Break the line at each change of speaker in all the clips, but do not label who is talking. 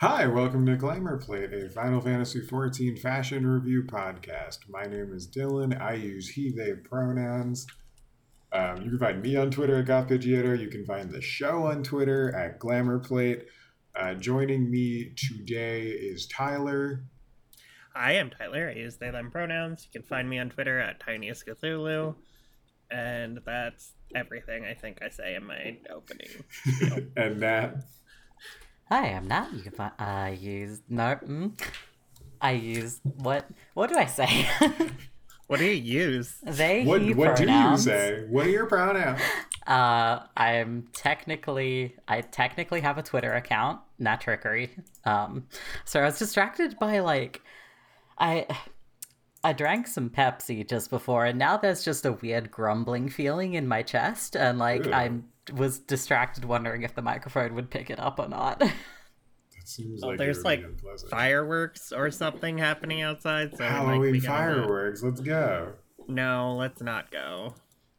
Hi, welcome to Glamour Plate, a Final Fantasy XIV fashion review podcast. My name is Dylan. I use he, they pronouns. Um, you can find me on Twitter at GothPidgeator. You can find the show on Twitter at Glamour Plate. Uh, joining me today is Tyler.
I am Tyler. I use they them pronouns. You can find me on Twitter at Tiniest Cthulhu. And that's everything I think I say in my opening.
and Nat.
Hi, I'm not. You can find. I use no. Mm, I use what? What do I say?
What do you use?
they.
What,
he
what do you
pronouns.
say? What are your pronouns?
Uh, I'm technically. I technically have a Twitter account. Not trickery. Um, so I was distracted by like, I. I drank some Pepsi just before, and now there's just a weird grumbling feeling in my chest, and like
Ew.
I'm was distracted wondering if the microphone would pick it up or not.
That seems
Oh,
like
there's,
it would be
like,
unpleasant.
Fireworks or something happening outside? So we might
Halloween
be gonna-
fireworks. Let's go.
No, let's not go.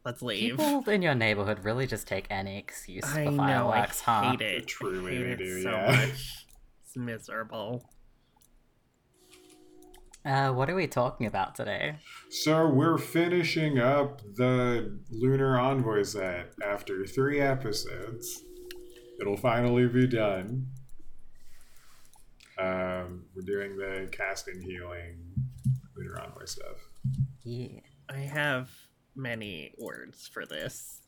Let's leave.
People in your neighborhood really just take any excuse
I
for
know. I
fireworks, huh?
hate it.
Truly
I hate
they
it
do,
so
yeah.
much. It's miserable.
Uh, what are we talking about today?
So we're finishing up the Lunar Envoy set after three episodes. It'll finally be done. Um, we're doing the casting healing Lunar Envoy stuff.
Yeah.
I have many words for this.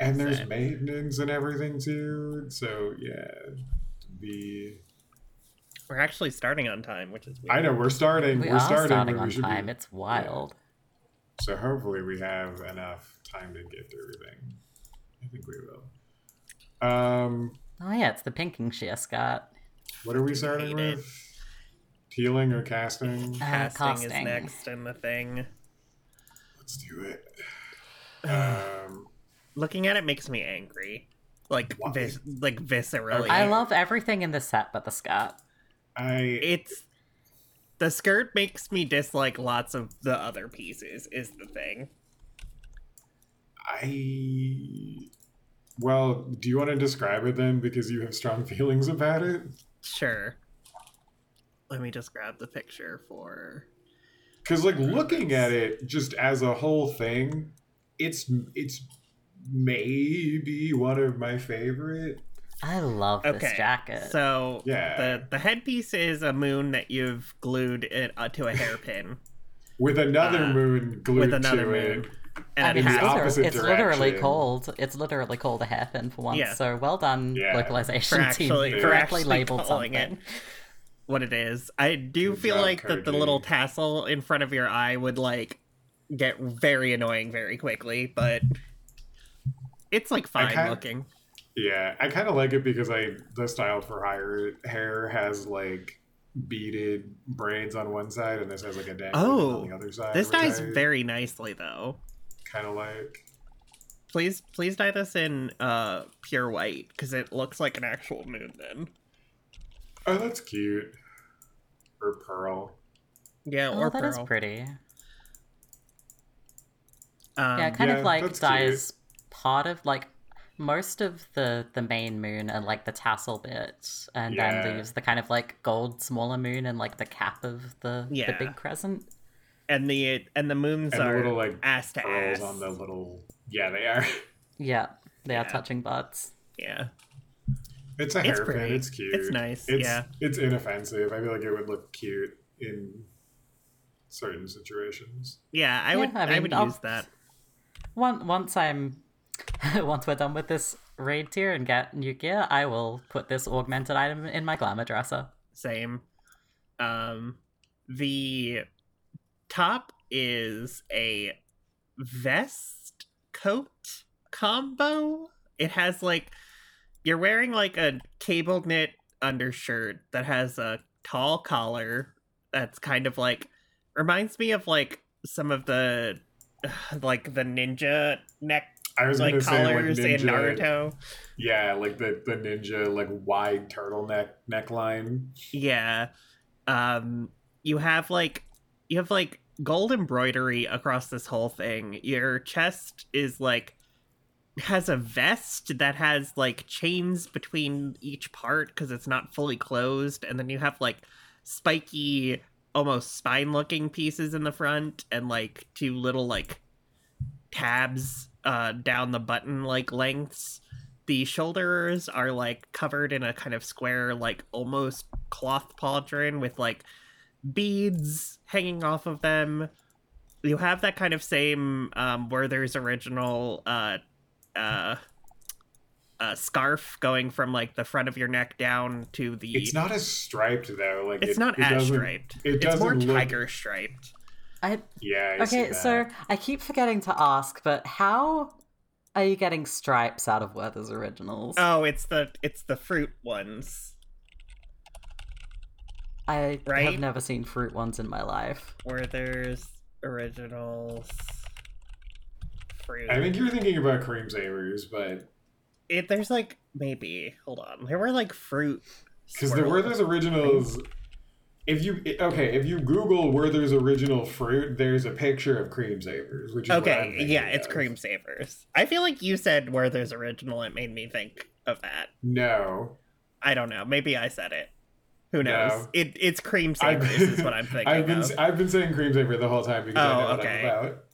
And there's
Sad.
maintenance and everything too. So yeah. The
We're actually starting on time, which is weird.
I know we're starting.
We
are
are
starting,
starting
but
on
we should be-
time. It's wild.
So hopefully we have enough time to get through everything. I think we will. Um,
Oh yeah, it's the pinking shear, Scott.
What are we starting
Hate it.
with? Healing or casting?
Uh,
Casting is
casting.
next in the thing.
Let's do it. Um,
Looking at it makes me angry. Like
Why?
vis- like viscerally.
I love everything in the set but the Scott.
I
it's the skirt makes me dislike lots of the other pieces is the thing.
I well, do you want to describe it then because you have strong feelings about it?
Sure. Let me just grab the picture for
Cuz like
Mm-hmm.
looking at it just as a whole thing, it's it's maybe one of my favorite.
I love
Okay.
this jacket.
So
Yeah.
the the headpiece is a moon that you've glued it uh, to a hairpin
With another
Uh,
moon glued
with another
to
moon.
it.
And it
and it's,
in the
has
liter-
opposite
it's literally
direction.
called. It's literally called a hairpin for once.
Yeah.
So well done,
Yeah.
localization
For actually-
team. You
for
correctly
actually
labeled
calling
something.
it. what it is. I do
Good
feel
job,
like that the little
Koji.
tassel in front of your eye would like get very annoying very quickly, but it's like
I
fine
kinda-
looking.
Yeah, I kind of like it because I the styled for higher hair has like beaded braids on one side, and this has like a dangling
Oh,
on the other side.
This
which
dye's
I
very nicely though.
kind of like.
Please please dye this in uh pure white because it looks like an actual moon then.
Oh, that's cute. Or pearl.
Yeah,
Oh,
or
that
pearl.
is pretty.
Um,
yeah, it kind
yeah,
of like
that's
dyes part of like most of the the main moon and like the tassel bit, and
Yeah.
then leaves the kind of like gold smaller moon and like the cap of the the
Yeah.
big crescent.
and the and the moons
And the
are
little like
ass to
pearls
ass.
on the little. Yeah, they are.
Yeah, they are
Yeah.
touching butts.
Yeah,
It's a
It's
hairpin.
pretty.
It's cute.
It's nice,
It's,
yeah.
It's inoffensive. I feel like it would look cute in certain situations.
yeah. I
Yeah,
would
I
I,
mean,
would
I'll-
use that.
Once once I'm once we're done with this raid tier and get new gear, I will put this augmented item in my glamour dresser.
Same. Um, the top is a vest coat combo. It has like you're wearing like a cable knit undershirt that has a tall collar that's kind of like reminds me of like some of the like the ninja neck
I was
like
gonna say like
collars
ninja,
in Naruto.
Yeah, like the the ninja like wide turtleneck neckline.
Yeah. Um you have like you have like gold embroidery across this whole thing. Your chest is like has a vest that has like chains between each part because it's not fully closed, and then you have like spiky, almost spine looking pieces in the front, and like two little like tabs uh, down the button like lengths. The shoulders are like covered in a kind of square, like almost cloth pauldron with like beads hanging off of them. You have that kind of same um, Werther's original uh, uh, uh, scarf going from like the front of your neck down to the.
It's not as striped though. Like
It's
it-
not
it
as
doesn't-
striped.
it
it's more
doesn't look-
tiger striped.
I
Yeah. I see
okay,
that.
so I keep forgetting to ask, but how are you getting stripes out of Werther's originals?
Oh, it's the it's the fruit ones
I
right?
have never seen fruit ones in my life.
where there's originals. Fruit.
I think you're thinking about cream savers, but
it, there's like maybe hold on. There were like fruit
Because the
swirls.
Werther's originals, if you i- okay, if you Google Werther's original fruit, there's a picture of cream savers, which is what I'm
Okay,
thinking
yeah, it's
of.
cream savers. I feel like you said Werther's original. It made me think of that.
No,
I don't know. Maybe I said it. Who
No.
knows? It it's cream
I've
savers
been-
is what I'm thinking
I've been
of.
s- I've been saying cream saver the whole time because
Oh,
I know what
okay.
I'm about.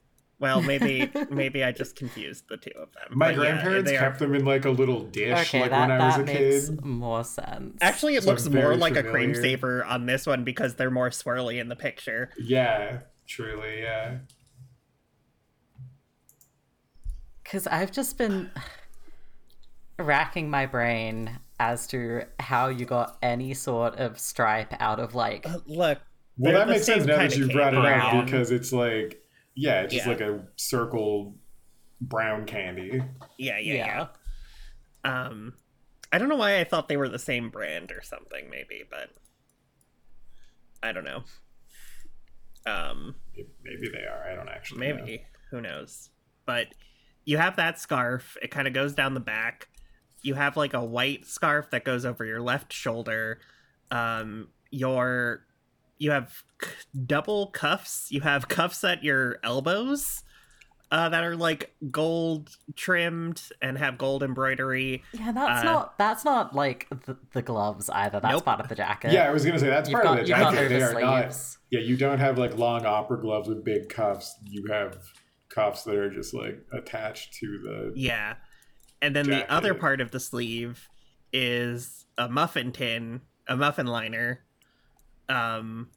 Well, maybe maybe I just confused the two of them.
My
But yeah,
grandparents
they are-
kept them in like a little dish,
okay,
like
that,
when I was
that
a
makes
kid.
more sense.
Actually, it
so
looks
I'm
more
very
like a cream
familiar.
saver on this one because they're more swirly in the picture.
Yeah, truly, yeah.
Because I've just been racking my brain as to how you got any sort of stripe out of like.
But Uh, look,
Well,
They're
that
the
makes sense
same
now that
kinda
you
cake,
brought it
brown.
up because it's like, yeah, it's just
Yeah.
like a circle brown candy.
yeah, yeah, yeah,
Yeah.
Um, I don't know why I thought they were the same brand or something. Maybe, but I don't know. Um,
Maybe they are. I don't actually. know.
maybe who knows but you have that scarf it kind of goes down the back you have like a white scarf that goes over your left shoulder um your you have c- double cuffs you have cuffs at your elbows uh, that are like gold trimmed and have gold embroidery
Yeah, that's
Uh,
not that's not like the, the gloves either. That's
Nope.
part of the jacket.
Yeah, I was gonna say that's
you've
part
got
of the
you've got
jacket. They
over
are not.
sleeves.
Yeah, you don't have like long opera gloves with big cuffs. You have cuffs that are just like attached to the.
Yeah. And then
Jacket.
the other part of the sleeve is a muffin tin, a muffin liner. Um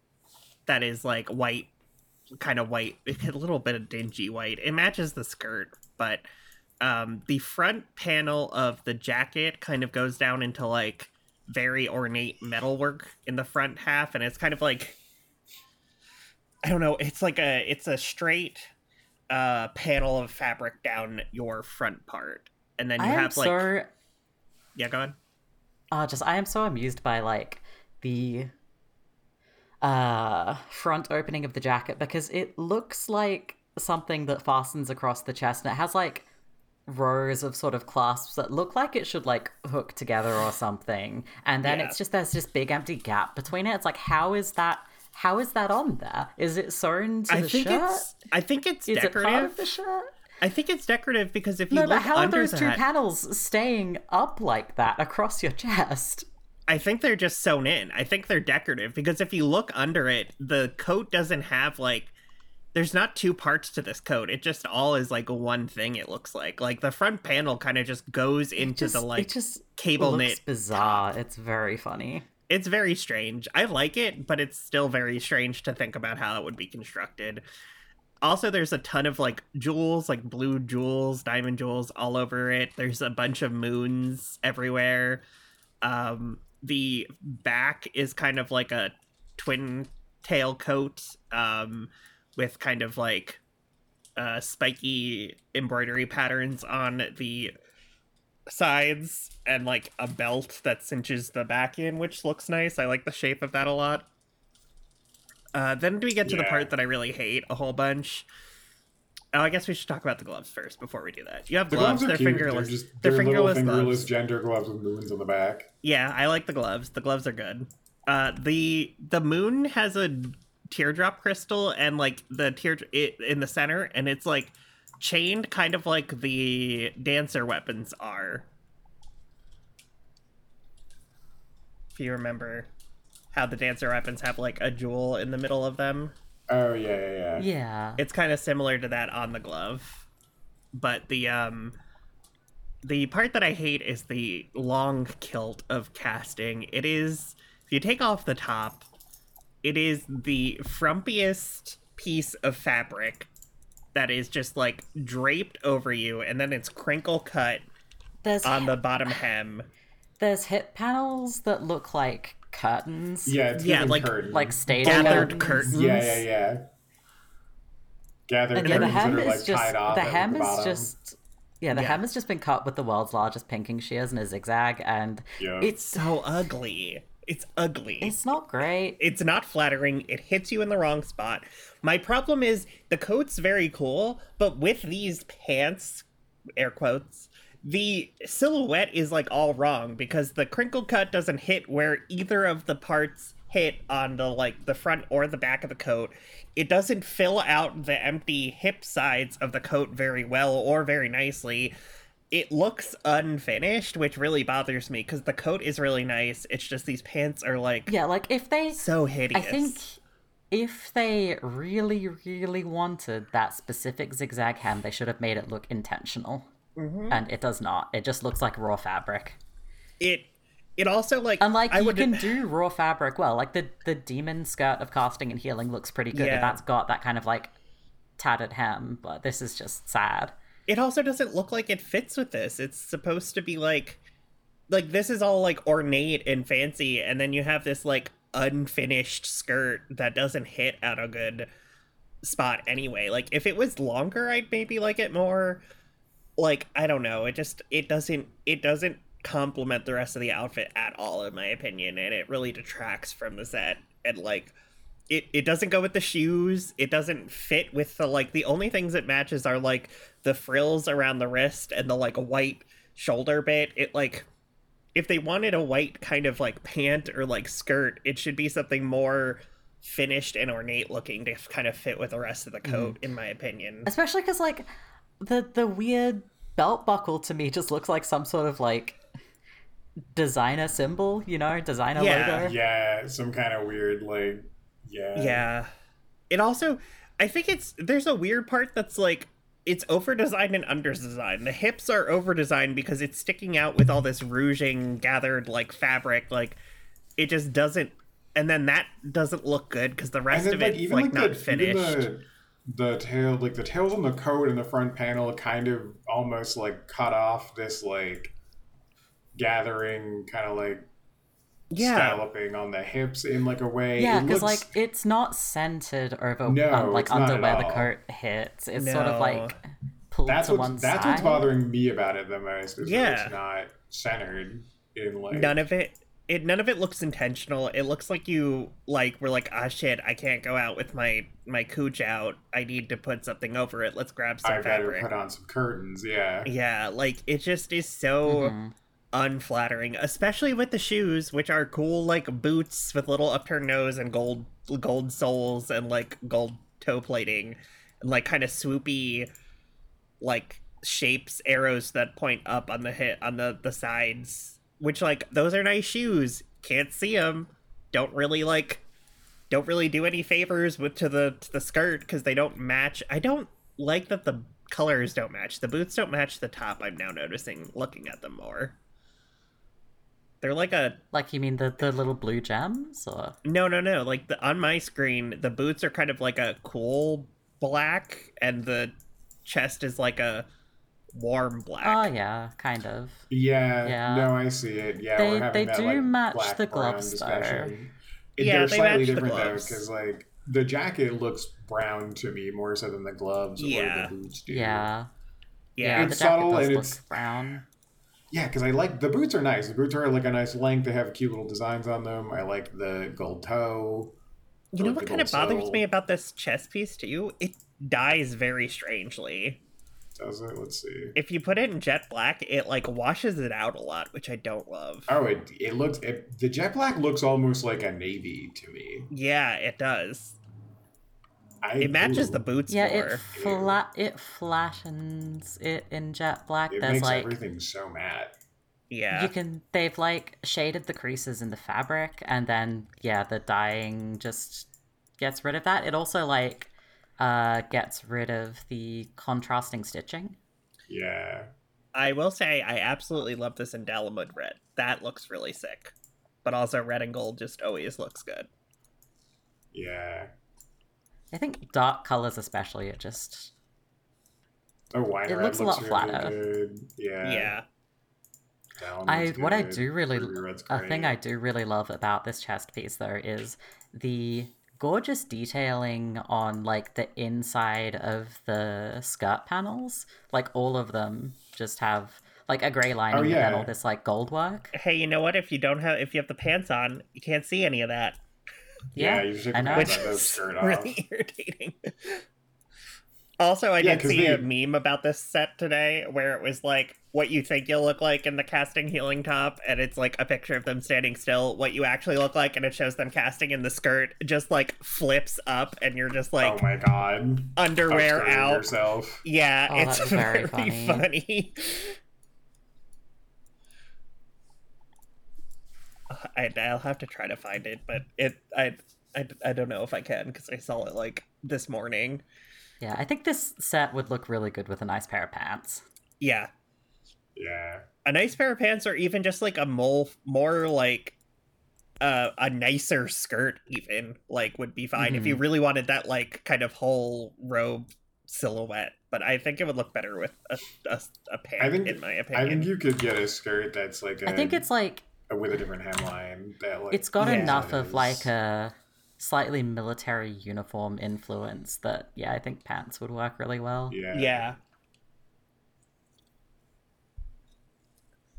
that is like white kind of white, a little bit of dingy white. It matches the skirt, but um the front panel of the jacket kind of goes down into like very ornate metalwork in the front half and it's kind of like I don't know, it's like a it's a straight uh panel of fabric down your front part. And then you
I am
have like
so
Yeah, go on.
uh, just I am so amused by like the uh front opening of the jacket because it looks like something that fastens across the chest and it has like rows of sort of clasps that look like it should like hook together or something and then
Yeah.
it's just there's just big empty gap between it it's like how is that how is that on there is it sewn to
I
the
think
shirt
it's I think it's
is it part
decorative.
of the shirt
I think it's decorative because if you
no
look
but how are
under
those
that,
two panels staying up like that across your chest
I think they're just sewn in. I think they're decorative because if you look under it, the coat doesn't have like there's not two parts to this coat. It just all is like one thing it looks like. Like the front panel kind of just goes into
just,
the
it
like
just
cable
looks
knit
bizarre. It's very funny.
it's very strange. I like it, but it's still very strange to think about how it would be constructed. Also, there's a ton of like jewels, like blue jewels, diamond jewels all over it. There's a bunch of moons everywhere. Um, the back is kind of like a twin tail coat um, with kind of like uh, spiky embroidery patterns on the sides and like a belt that cinches the back in, which looks nice. I like the shape of that a lot. Uh, then we get to the
Yeah.
part that I really hate a whole bunch. Oh, I guess we should talk about the gloves first before we do that. You have
The
gloves,
gloves are
they're
cute.
fingerless.
They're just
they're
they're, little
fingerless
fingerless
gloves.
gender gloves with moons on the back.
Yeah, I like the gloves. The gloves are good. Uh, the the moon has a teardrop crystal and like the tear it in the center, and it's like chained kind of like the dancer weapons are. If you remember how the dancer weapons have like a jewel in the middle of them.
Oh yeah, yeah, yeah.
Yeah.
It's kind of similar to that on the glove. But the um the part that I hate is the long kilt of casting. It is if you take off the top, it is the frumpiest piece of fabric that is just like draped over you and then it's crinkle cut
There's
on the bottom hem.
there's hip panels that look like curtains.
Yeah, it's
Yeah,
even
like-
curtain.
Like stage
Gathered
curtains.
curtains.
Yeah, yeah, yeah. Gathered
And yeah, the
curtains that
hem
are
is
like
just
tied off.
the
at
hem
the
is
bottom.
just yeah, the
Yeah.
hem has just been cut with the world's largest pinking shears in a zigzag, and
Yeah.
It's so ugly. It's ugly.
it's not great.
it's not flattering. It hits you in the wrong spot. My problem is the coat's very cool, but with these pants, air quotes, the silhouette is like all wrong because the crinkle cut doesn't hit where either of the parts hit on the like the front or the back of the coat. It doesn't fill out the empty hip sides of the coat very well or very nicely it looks unfinished, which really bothers me because the coat is really nice. It's just these pants are like
Yeah, like if they
so hideous.
I think if they really, really wanted that specific zigzag hem, they should have made it look intentional.
Mm-hmm.
And it does not. It just looks like raw fabric.
it. It also like
And like
I
you
would
can do raw fabric well. Like the the demon skirt of casting and healing looks pretty good.
Yeah.
And that's got that kind of like tattered hem, but this is just sad.
it also doesn't look like it fits with this. It's supposed to be like like this is all like ornate and fancy and then you have this like unfinished skirt that doesn't hit at a good spot anyway. Like if it was longer I'd maybe like it more. Like I don't know, it just it doesn't it doesn't complement the rest of the outfit at all in my opinion and it really detracts from the set and like it, it doesn't go with the shoes it doesn't fit with the like the only things it matches are like the frills around the wrist and the like white shoulder bit it like if they wanted a white kind of like pant or like skirt it should be something more finished and ornate looking to kind of fit with the rest of the coat in my opinion
Especially because like the the weird belt buckle to me just looks like some sort of like designer symbol, you know, designer
Yeah.
logo.
yeah, some kind of weird like yeah.
Yeah. It also I think it's there's a weird part that's like it's over designed and under designed. The hips are over designed because it's sticking out with all this rouging gathered like fabric. Like it just doesn't and then that doesn't look good because the rest
And then
of
like
it's
even
like,
like
not
the, even
finished.
the the tail like the tails on the coat and the front panel kind of almost like cut off this like gathering kind of like
yeah.
scalloping on the hips in like a way.
Yeah,
It
because
looks-
like it's not centered over
No,
um, like
it's not
under
at
where the
all.
coat hits. It's sort of like
No.
pulled
that's
to one
what's that's
side.
what's bothering me about it the most is that
Yeah.
it's not centered in like
None of it it none of it looks intentional. It looks like you like were like, ah shit, I can't go out with my my cooch out. I need to put something over it. Let's grab some
I better
fabric.
put on some curtains. Yeah.
Yeah, like it just is so
Mhm.
unflattering, especially with the shoes, which are cool like boots with little upturned nose and gold gold soles and like gold toe plating and like kind of swoopy like shapes arrows that point up on the hit on the the sides, which like those are nice shoes. Can't see them. Don't really like don't really do any favors with to the to the skirt because they don't match. I don't like that the colors don't match. The boots don't match the top. I'm now noticing looking at them more. They're like a
Like you mean the the little blue gems or
no no no like the on my screen the boots are kind of like a cool black and the chest is like a warm black.
oh yeah, kind of.
Yeah,
Yeah.
no, I see it. Yeah,
They-
we're having
they
that,
do
like,
match
black
the
brown
gloves, though.
discussion.
Yeah,
they're
they
slightly
match the
different though,
gloves.
because like the jacket looks brown to me more so than the gloves
Yeah.
or the boots do.
Yeah.
yeah.
the
It's
jacket
subtle
does
and
look
it's-
brown.
yeah, because I like the boots are nice. The boots are like a nice length. They have cute little designs on them. I like the gold toe.
You know
Like
what
the
kind of
gold
bothers
sole.
me about this chest piece too? It dies very strangely.
Does it? Let's see.
If you put it in jet black, it like washes it out a lot, which I don't love.
Oh, it it looks it, the jet black looks almost like a navy to me.
Yeah, it does.
I
It matches
ooh,
the boots
Yeah,
more.
it flat it flashens it in jet black.
It
There's
makes
like
everything so matte.
yeah.
you can they've like shaded the creases in the fabric and then yeah, the dyeing just gets rid of that. It also like uh gets rid of the contrasting stitching.
Yeah.
I will say I absolutely love this in Dalamud red. That looks really sick. But also red and gold just always looks good.
Yeah.
I think dark colors especially it just
Oh, wine
It
red
looks a lot
really
flatter.
good. Yeah.
yeah.
Down
I
looks
what I
good.
do really
Ruby red's
a thing
great.
I do really love about this chest piece though is the gorgeous detailing on like the inside of the skirt panels. Like all of them just have like a grey lining and then
Oh, yeah.
all this like gold work.
Hey, you know what? If you don't have if you have the pants on, you can't see any of that.
Yeah, you should
I know.
have
Which
that
is
skirt off.
really irritating. Also, I
Yeah,
did
'cause
see a
they-
meme about this set today where it was like what you think you'll look like in the casting healing top, and it's like a picture of them standing still, what you actually look like, and it shows them casting in the skirt just like flips up, and you're just like
oh my god. Stop
underwear
starting
out.
Yourself.
Yeah,
Oh,
it's
that's very
very funny.
funny.
I, I'll have to try to find it, but it I I, I don't know if I can because I saw it like this morning.
Yeah, I think this set would look really good with a nice pair of pants.
Yeah,
Yeah.
a nice pair of pants, or even just like a mole more like uh, a nicer skirt, even like would be fine if
Mm-hmm.
you really wanted that like kind of whole robe silhouette. But I think it would look better with a a, a pant,
think-
in my opinion.
I think you could get a skirt that's like a
I think it's like
with a different hemline that like
it's got
Yeah.
enough of like
is-
a slightly military uniform influence that yeah, I think pants would work really well.
yeah.
Yeah.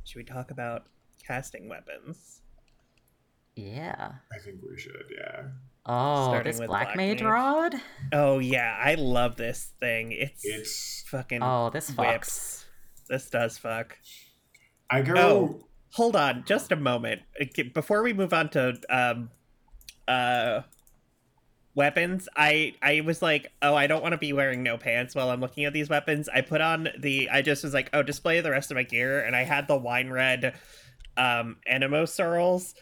Should we talk about casting weapons?
Yeah.
I think we should, yeah.
Oh,
Starting
this
with
black,
Black
mage
Mage.
rod.
Oh yeah, I love this thing. It's,
It's
fucking
Oh, this fox.
whips. This does fuck.
I go
Oh. Hold on, just a moment Okay, before we move on to um, uh, weapons. I I was like, oh, I don't want to be wearing no pants while I'm looking at these weapons. I put on the. I just was like, oh, display the rest of my gear, and I had the wine red, um, animo sorrels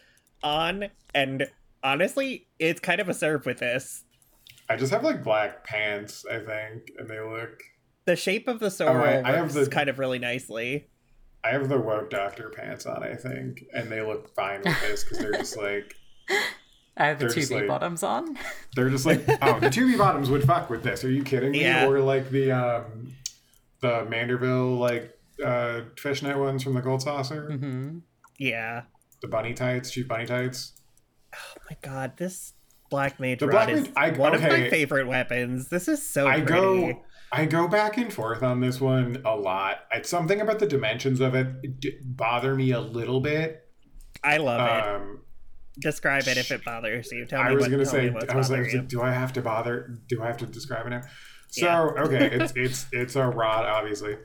on, and honestly, it's kind of a serve with this.
I just have like black pants, I think, and they look
The shape of the sorrel
I have
works
the-
kind of really nicely.
I have the woke doctor pants on, I think, and they look fine with this because they're just like
I have the
They're
two
just
B
like-
bottoms on.
they're just like oh the two B bottoms would fuck with this. Are you kidding me?
Yeah.
Or like the um the Manderville like uh fishnet ones from the Gold Saucer,
hmm
Yeah.
the bunny tights, cheap bunny tights.
Oh my god, this black mage
The
rod
Black
is
Mage- I-
one of my
okay.
favorite weapons. This is so
I
pretty.
go I go back and forth on this one a lot. It's something about the dimensions of it d- bother me a little bit.
I love it.
Um,
Describe it if it bothers you. Tell
I
me
was
what,
gonna
tell
say
me what's
I was like,
bothering you.
do I have to bother? Do I have to describe it now? So
Yeah.
okay, it's it's it's a rod, obviously.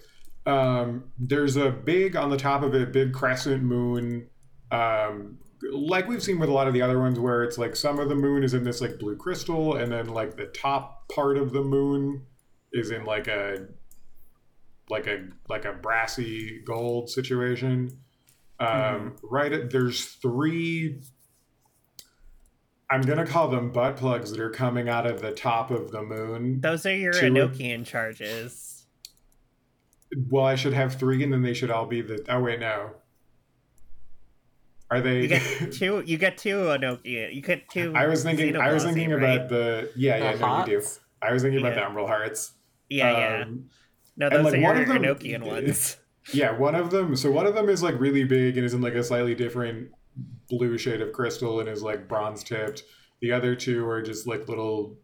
Um, there's a big on the top of it, big crescent moon. Um, like we've seen with a lot of the other ones, where it's like some of the moon is in this like blue crystal, and then like the top part of the moon is in like a like a like a brassy gold situation. Um,
Hmm.
Right, at, there's three. I'm gonna call them butt plugs that are coming out of the top of the moon.
Those are your
Two-
Enochian charges.
Well, I should have three, and then they should all be the. Oh wait, no. Are
You
they?
get two. You get two Enochian. You get two.
I was thinking. I was
Xenoblasi,
thinking
right?
about the. Yeah, yeah,
the
no, you do.
hearts.
I was thinking about
Yeah.
the Umbral Hearts.
Yeah, yeah.
Um,
No,
and,
those
like,
are
one
your
of them-
Enochian ones.
yeah, one of them. So one of them is like really big and is in like a slightly different blue shade of crystal and is like bronze tipped. The other two are just like little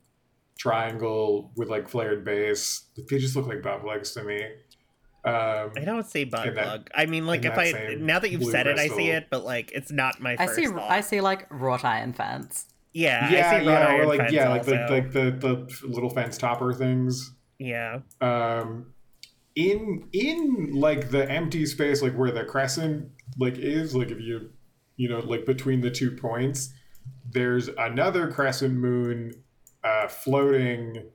triangle with like flared base. They just look like butt plugs to me. Um,
I don't see butt
In that-
plug. I mean, like
in
if
that
I
same
now that you've
blue
said it, I see
crystal.
it, but like it's not my
I
first
see.
thought.
I see like wrought iron fence.
yeah, I
yeah,
see wrought
yeah, or
iron
like
fence
yeah, like the,
also.
like the the little fence topper things.
yeah.
um in in like the empty space like where the crescent like is like if you you know like between the two points there's another crescent moon uh floating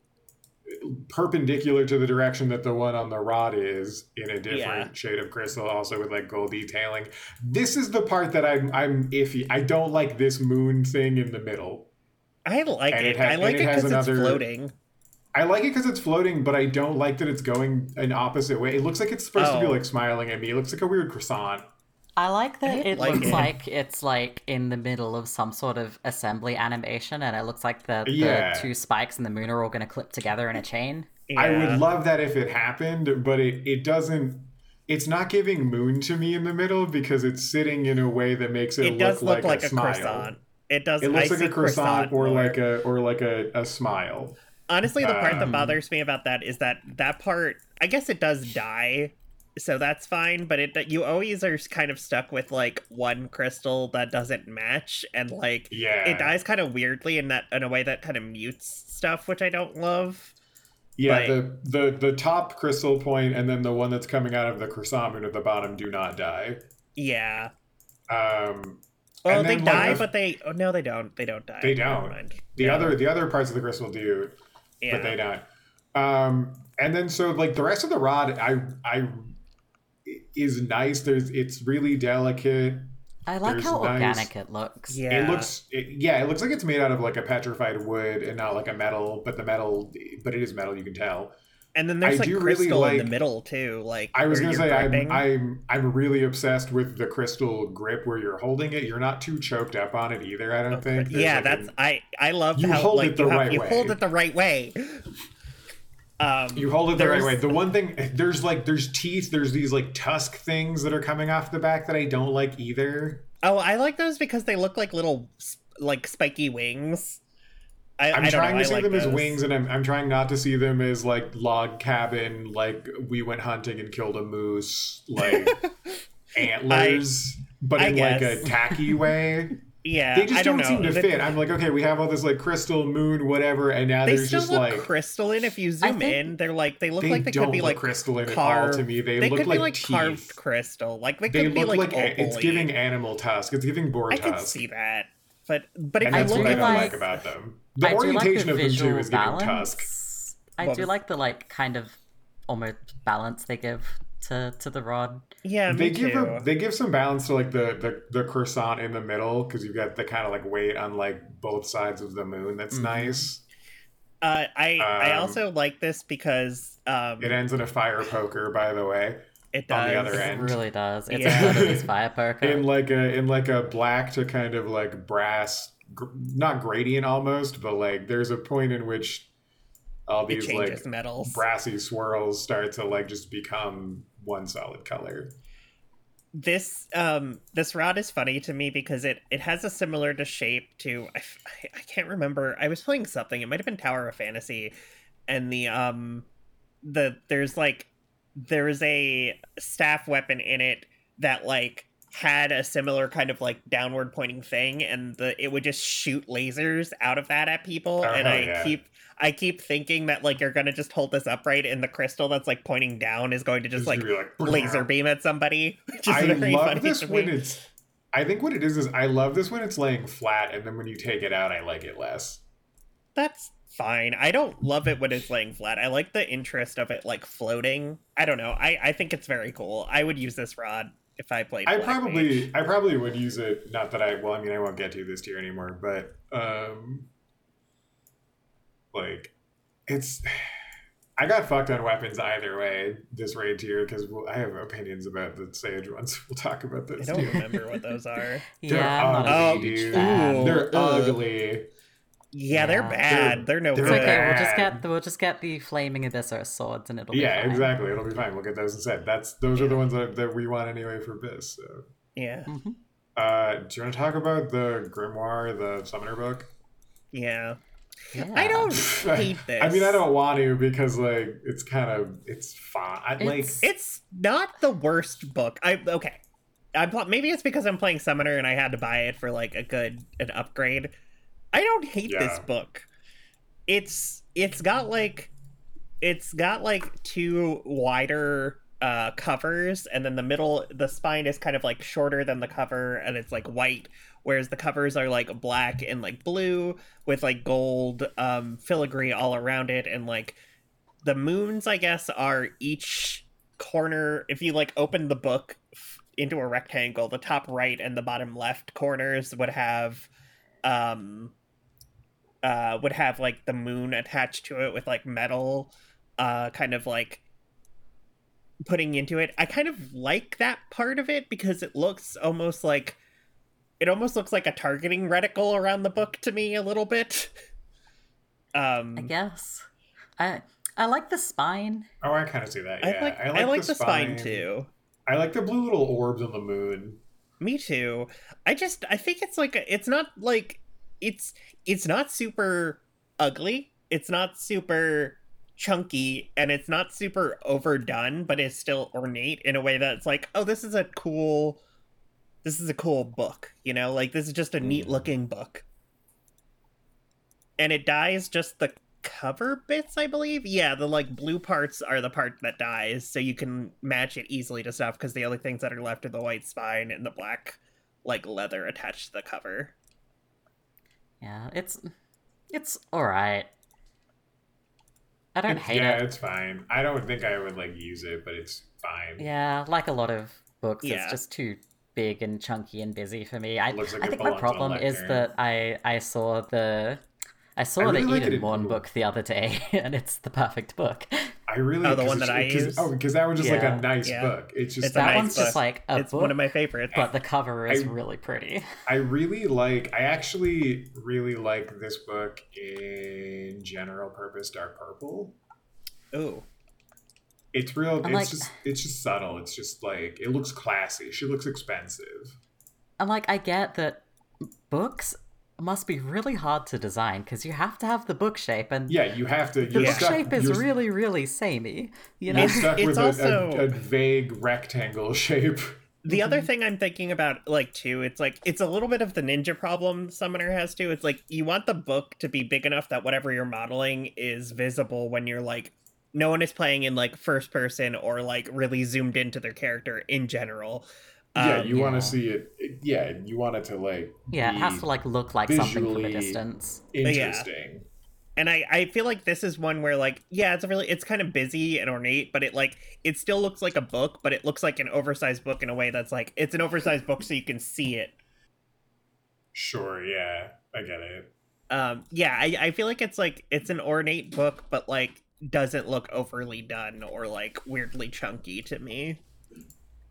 perpendicular to the direction that the one on the rod is in a different
Yeah.
shade of crystal, also with like gold detailing. This is the part that I'm I'm iffy. I don't like this moon thing in the middle.
I like
And
it.
it has-
I like
and
it
it has
because it's
another-
floating.
I like it because it's floating, but I don't like that it's going an opposite way. It looks like it's supposed to
Oh.
be like smiling at me. It looks like a weird croissant.
I like
I
that
don't
it
like
looks
it.
like it's like in the middle of some sort of assembly animation, and it looks like the, the
Yeah.
two spikes and the moon are all going to clip together in a chain.
I
Yeah.
would love that if it happened, but it, it doesn't. It's not giving moon to me in the middle because it's sitting in a way that makes it,
It
look,
does look
like,
like
a,
a,
smile.
croissant. It does.
It looks
I
like a
see
croissant, or
more.
like a or like a, a smile.
Honestly, the part
Um,
that bothers me about that is that that part. I guess it does die, so that's fine. But it that you always are kind of stuck with like one crystal that doesn't match, and like
Yeah.
it dies kind of weirdly in that in a way that kind of mutes stuff, which I don't love.
Yeah,
Like-
the, the the top crystal point and then the one that's coming out of the croissant moon at the bottom do not die.
Yeah.
Um,
Well,
And
they
then, like,
die,
if-
but they oh, no, they don't. They don't die.
They
Never
don't.
mind.
the
No.
other the other parts of the crystal do,
yeah.
but they don't. Um, and then so like the rest of the rod, I I is nice. There's it's really delicate.
I like
There's
how
nice-
organic it looks.
yeah.
It looks it, yeah, it looks like it's made out of like a petrified wood and not like a metal, but the metal but it is metal. You can tell.
And then
I
there's like
do really
crystal in
like-
the middle too. Like
I was
where
gonna
you're
say I'm,
gripping.
I'm I'm really obsessed with the crystal grip where you're holding it. You're not too choked up on it either. I don't think. There's,
yeah,
like,
that's
an-
I I love
You
how
hold
like
it the
you,
right
have, you
way.
hold it the right way. Um,
you hold it the right
there's-
way. The one thing there's like there's teeth. There's these like tusk things that are coming off the back that I don't like either.
oh, I like those because they look like little s- like spiky wings.
I'm
I, I don't know,
trying
I
to see
like
them as
those.
wings, and I'm I'm trying not to see them as like log cabin. Like we went hunting and killed a moose. Like antlers. but
I
in like a
guess.
tacky way,
Yeah,
they just
I don't, know.
seem to
They-
fit. I'm like, okay, we have all this like crystal, moon, whatever, and now
They
there's
still
just
look
like
crystalline. If you zoom
think-
in, they're like they look
they,
like they
don't
could be
look
like
crystalline at all
carved.
to me. They,
They
look
could
like
be like
teeth.
carved crystal. Like they,
They
could be
look
like,
like, a- it's
ovally.
giving animal tusk. It's giving boar
I
tusk.
can see that, but but if
And
I
that's
look
what I
at
don't
like-
like, about them. The
I do like
orientation of them too
visual
is giving tusk.
I
Well,
do
the-
like the like kind of almost balance they give to to the rod.
yeah, me
They give
too.
a, they give some balance to like the the, the croissant in the middle because you've got the kind of like weight on like both sides of the moon. That's
Mhm.
Mm-hmm.
nice.
Uh, I I
Um,
also like this because um
It ends in a fire poker, by the way.
it does
on the other
It
end.
really does. It's
Yeah.
another these fire poker.
in like a in like a black to kind of like brass gr- not gradient almost but like there's a point in which all
it
these like
changes metals.
brassy swirls start to like just become one solid color
This um this rod is funny to me because it it has a similar to shape to I, f- I- I can't remember. I was playing something. It might have been Tower of Fantasy, and the um the there's like there is a staff weapon in it that like had a similar kind of like downward pointing thing and the it would just shoot lasers out of that at people
Oh,
and
hell
i
yeah.
keep i keep thinking that like you're gonna just hold this upright and the crystal that's like pointing down is going to just like
gonna be
laser beam at somebody which is
i
very
love
funny
this
to
when
me.
it's i think what it is is i love this when it's laying flat and then when you take it out i like it less
that's fine i don't love it when it's laying flat i like the interest of it like floating i don't know i i think it's very cool i would use this rod if i played
I
Black Mage.
probably I probably would use it. Not that I well, I mean, I won't get to this tier anymore, but um, like it's I got fucked on weapons either way this raid tier because we'll, I have opinions about the sage ones. We'll talk about
i
those
don't
too.
remember what those are
yeah,
they're
I'm not a
ugly,
huge
dude.
fan.
Ooh.
They're
Uh,
ugly.
Yeah, they're
Yeah.
bad. They're, no
they're
It's
good.
okay. We'll
bad.
just get the, we'll just get the flaming abyssal swords, and it'll
Yeah,
be fine.
exactly. It'll be fine. We'll get those instead. That's those are the ones that, that we want anyway for Biz. So.
Yeah,
Mhm.
Uh, do you want to talk about the grimoire, the summoner book?
yeah.
Yeah.
I don't hate this.
Ah. I mean, I don't want to because like it's kind of it's fine. Like
It's-
It's not the worst book. I okay. I'm pl- maybe it's because I'm playing Summoner and I had to buy it for like a good an upgrade. I don't hate this
Yeah.
book. It's it's got like it's got like two wider uh covers and then the middle the spine is kind of like shorter than the cover and it's like white whereas the covers are like black and like blue with like gold um filigree all around it and like the moons, I guess, are each corner. If you like open the book f- into a rectangle, the top right and the bottom left corners would have, um, uh, would have like the moon attached to it with like metal, uh, kind of like putting into it. I kind of like that part of it because it looks almost like it almost looks like a targeting reticle around the book to me a little bit. Um
I
Mm.
guess. I I like the spine.
Oh, I kind of see that. Yeah,
I like I like, the, spine. too.
I like the blue little orbs on the moon.
Me too. I just I think it's like a, it's not like it's it's not super ugly. It's not super chunky and it's not super overdone, but it's still ornate in a way that's like, oh, this is a cool this is a cool book, you know? Like this is just a neat looking book. And it dies just the cover bits, I believe. Yeah, the like blue parts are the part that dies, so you can match it easily to stuff because the only things that are left are the white spine and the black like leather attached to the cover.
Yeah, it's it's all right. I don't
It's-
hate
yeah,
it.
it's fine. I don't think I would like use it, but it's fine.
Yeah, like a lot of books,
Yeah.
it's just too big and chunky and busy for me. I,
Looks like
I
it
think my
belongs on
problem is
Lectern.
that I I saw the I saw
really
the
like it
Eden
in
Bourne
blue.
book the other day, and it's the perfect book.
I really
Oh, the
'cause
one
it's-
that I
'cause-
use?
Oh, because that was just like
Yeah.
a nice
Yeah.
book. It's just
It's a
that
nice
one's just
book.
like a
it's
book,
one of my favorites.
but the cover is
I-
really pretty.
I really like. I actually really like this book in general purpose dark purple.
Ooh.
It's real.
I'm
it's
like-
just. It's just subtle. It's just like it looks classy. She looks expensive.
And like, I get that books must be really hard to design because you have to have the book shape, and
Yeah, you have to.
the
You're
book
stuck,
shape is
you're,
really, really samey. You know,
You're stuck
It's
with
also-
a, a, a vague rectangle shape.
The other
Mm-hmm.
thing I'm thinking about, like, too, it's like it's a little bit of the ninja problem Summoner has too. It's like you want the book to be big enough that whatever you're modeling is visible when you're like, no one is playing in like first person or like really zoomed into their character in general.
yeah,
Um,
you want
yeah.
to see it, it- Yeah, you want it to like.
yeah, it
be
has to like look like something from a
visually-
distance.
interesting.
and I, I feel like this is one where like yeah it's a really it's kind of busy and ornate but it like it still looks like a book but it looks like an oversized book in a way that's like it's an oversized book so you can see it
Sure. Yeah, I get it.
um yeah I, I feel like it's like it's an ornate book but like doesn't look overly done or like weirdly chunky to me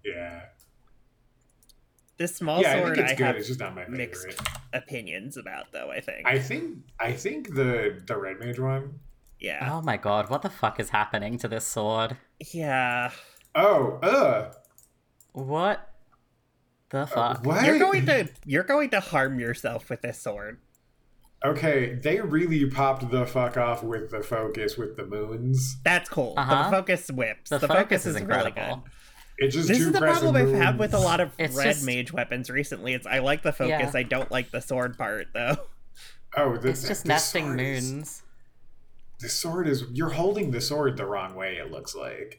Yeah.
this small
yeah, I
sword
think
i,
it's good.
have
It's just not my favorite.
mixed opinions about though i think
I think I think the the red mage one.
yeah
Oh my god, what the fuck is happening to this sword?
yeah
Oh, uh,
What the
uh,
fuck?
what?
you're going to you're going to harm yourself with this sword
Okay, they really popped the fuck off with the focus with the moons.
that's cool
Uh-huh.
the focus whips
the,
the,
focus, is
really good.
incredible.
It's just
This
two
is the problem
crescent
I've had with a
moons.
lot of
It's
red
just-
mage weapons recently. It's I like the focus,
Yeah.
I don't like the sword part though.
Oh, the,
it's just
this
nesting
sword is-
moons.
The sword is you're holding the sword the wrong way. It looks like.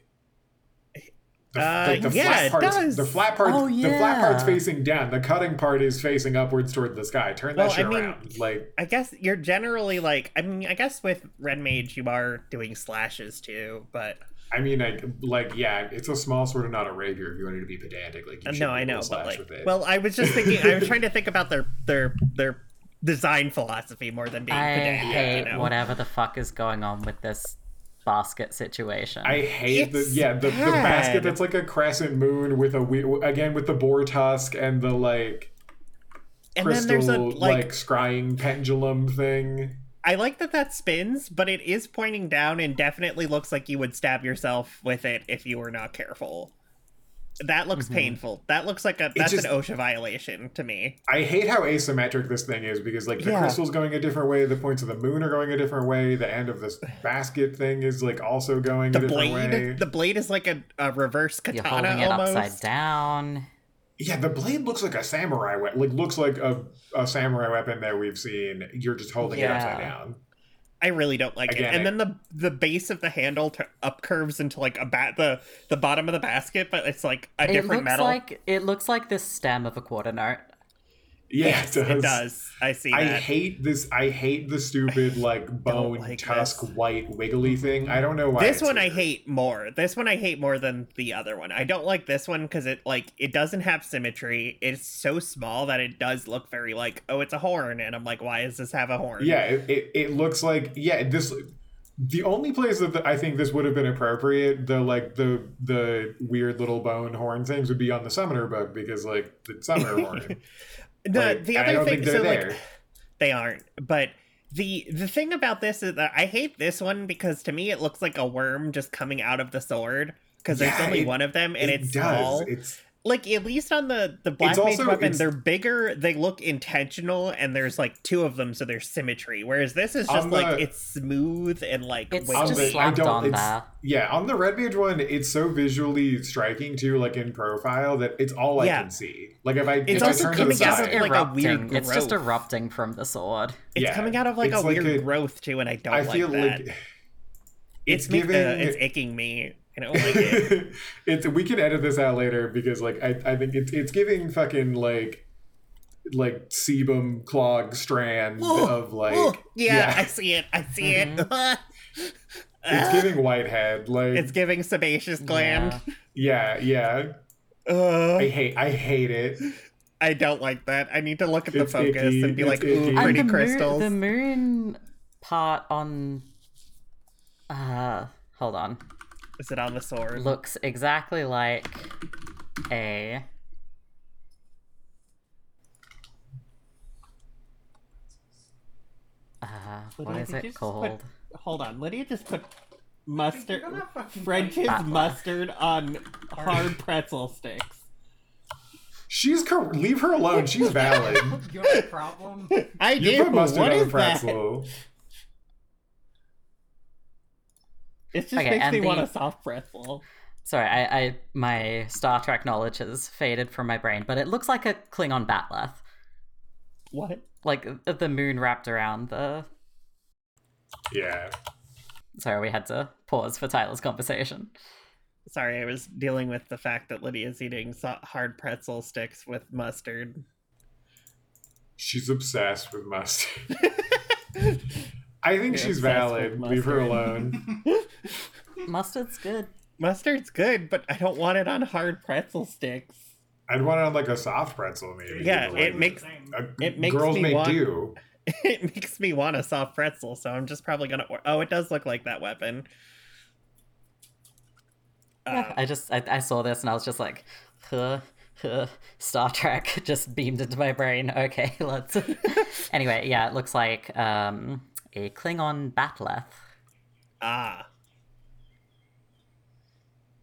The,
Uh,
like, the
yeah,
flat
it
parts,
does.
The flat part,
Oh,
the flat part's
yeah.
facing down. The cutting part is facing upwards toward the sky. Turn that
Well, I
shit
mean-
around. Like,
I guess you're generally like I mean, I guess with red mage you are doing slashes too, but
I mean, like, like, yeah, it's a small sword and not a rapier. If you wanted to be pedantic, like, you should
uh, no,
be
I
able to
know, but
slash
like
with it.
well, I was just thinking I was trying to think about their their their design philosophy more than being
I
pedantic,
hate
you know?
whatever the fuck is going on with this basket situation.
I hate the
It's
yeah the, the
bad.
basket that's like a crescent moon with a we- again with the boar tusk and the like
and then
crystal
there's a
like,
like
scrying pendulum thing.
I like that that spins, but it is pointing down and definitely looks like you would stab yourself with it if you were not careful. That looks
Mm-hmm.
painful. That looks like a that's
just-
an OSHA violation to me.
I hate how asymmetric this thing is because like the
Yeah.
crystal's going a different way, the points of the moon are going a different way, the end of this basket thing is like also going
The
a different
blade,
way.
the blade is like a, a reverse
You're
katana
holding it
almost.
upside down.
yeah, the blade looks like a samurai weapon. Like looks like a, a samurai weapon that we've seen. You're just holding it upside
Yeah.
down.
I really don't like
Again,
it. And
I-
then the the base of the handle t- up curves into like a bat the the bottom of the basket, but it's like a
It
different
looks
metal.
like it looks like the stem of a quarter note.
Yeah,
yes,
it does.
it does. I see
I
that.
hate this. I hate the stupid like bone
like
tusk
this.
white wiggly thing. I don't know why.
this
it's
one I
here.
hate more. This one I hate more than the other one. I don't like this one because it like it doesn't have symmetry. It's so small that it does look very like oh it's a horn, and I'm like why does this have a horn?
Yeah, it, it, it looks like yeah this. The only place that I think this would have been appropriate, the like the the weird little bone horn things, would be on the summoner bug because like the summoner horn.
The
Like,
the
I
other
don't
thing
think they're
so
there.
like they aren't, but. The, the thing about this is that I hate this one because to me it looks like a worm just coming out of the sword because there's
Yeah,
only
it-
one of them and
it
it's
does.
small.
It's
like at least on the the black
also-
mage weapon
it's-
they're bigger they look intentional and there's like two of them so there's symmetry whereas this is just
On
like
the-
it's smooth and like
It's
way
on
just
the- I
slapped
don't-
on
it's-
there.
yeah on the red mage one. It's so visually striking too, like in profile that it's all I
Yeah.
can see. Like if I
It's
if I
also
turn to the
coming out of,
side,
like, a weird
Erupting. It's just
growth.
erupting from the sword.
it's
yeah,
coming out of like a
it's like
weird
a-
growth too and i don't
I
like
feel like
that it's
it's
make the-
giving-
it's aching me i don't like it
it's we can edit this out later because like I, I think it's it's giving fucking like like sebum clog strand
Oh,
of like
Ooh, yeah, i see it i see it
Mm-hmm.
it's giving whitehead like
it's giving sebaceous gland
yeah yeah
Ugh,
I hate I hate it
I don't like that. I need to look at the
It's
focus
icky,
and be
it's
like, ooh,
icky.
And
pretty
the
crystals.
Moon, the moon part on. Uh, hold on.
Is it on the sword?
Looks exactly like a. Uh, what
Lydia,
is
did you
it
just put-
called?
hold on, Lydia just put mustard, French's
That one.
mustard on hard pretzel sticks.
she's cor- leave her alone she's valid
Your problem?
I
you
did.
put
but
mustard
what
on a
is that?
pretzel
It just
Okay,
makes
and
me want
the-
a soft pretzel.
Sorry, I, I my Star Trek knowledge has faded from my brain, but it looks like a Klingon batleth,
What?
like uh, the moon wrapped around the.
yeah
Sorry, we had to pause for Tyler's conversation.
Sorry, I was dealing with the fact that Lydia's eating so- hard pretzel sticks with mustard.
she's obsessed with mustard I think
You're
she's
obsessed
valid
with
leave her
mustard.
alone
Mustard's good.
Mustard's good, but I don't want it on hard pretzel sticks.
I'd want it on like a soft pretzel maybe
Yeah,
Like,
it makes
a-
it makes
girls
me
may
want-
do
it makes me want a soft pretzel, so I'm just probably gonna. Or- oh, it does look like that weapon.
Yeah,
Um,
I just I, I saw this and I was just like, huh, huh, Star Trek just beamed into my brain. Okay, let's. anyway, yeah, it looks like um, a Klingon batleth.
Ah.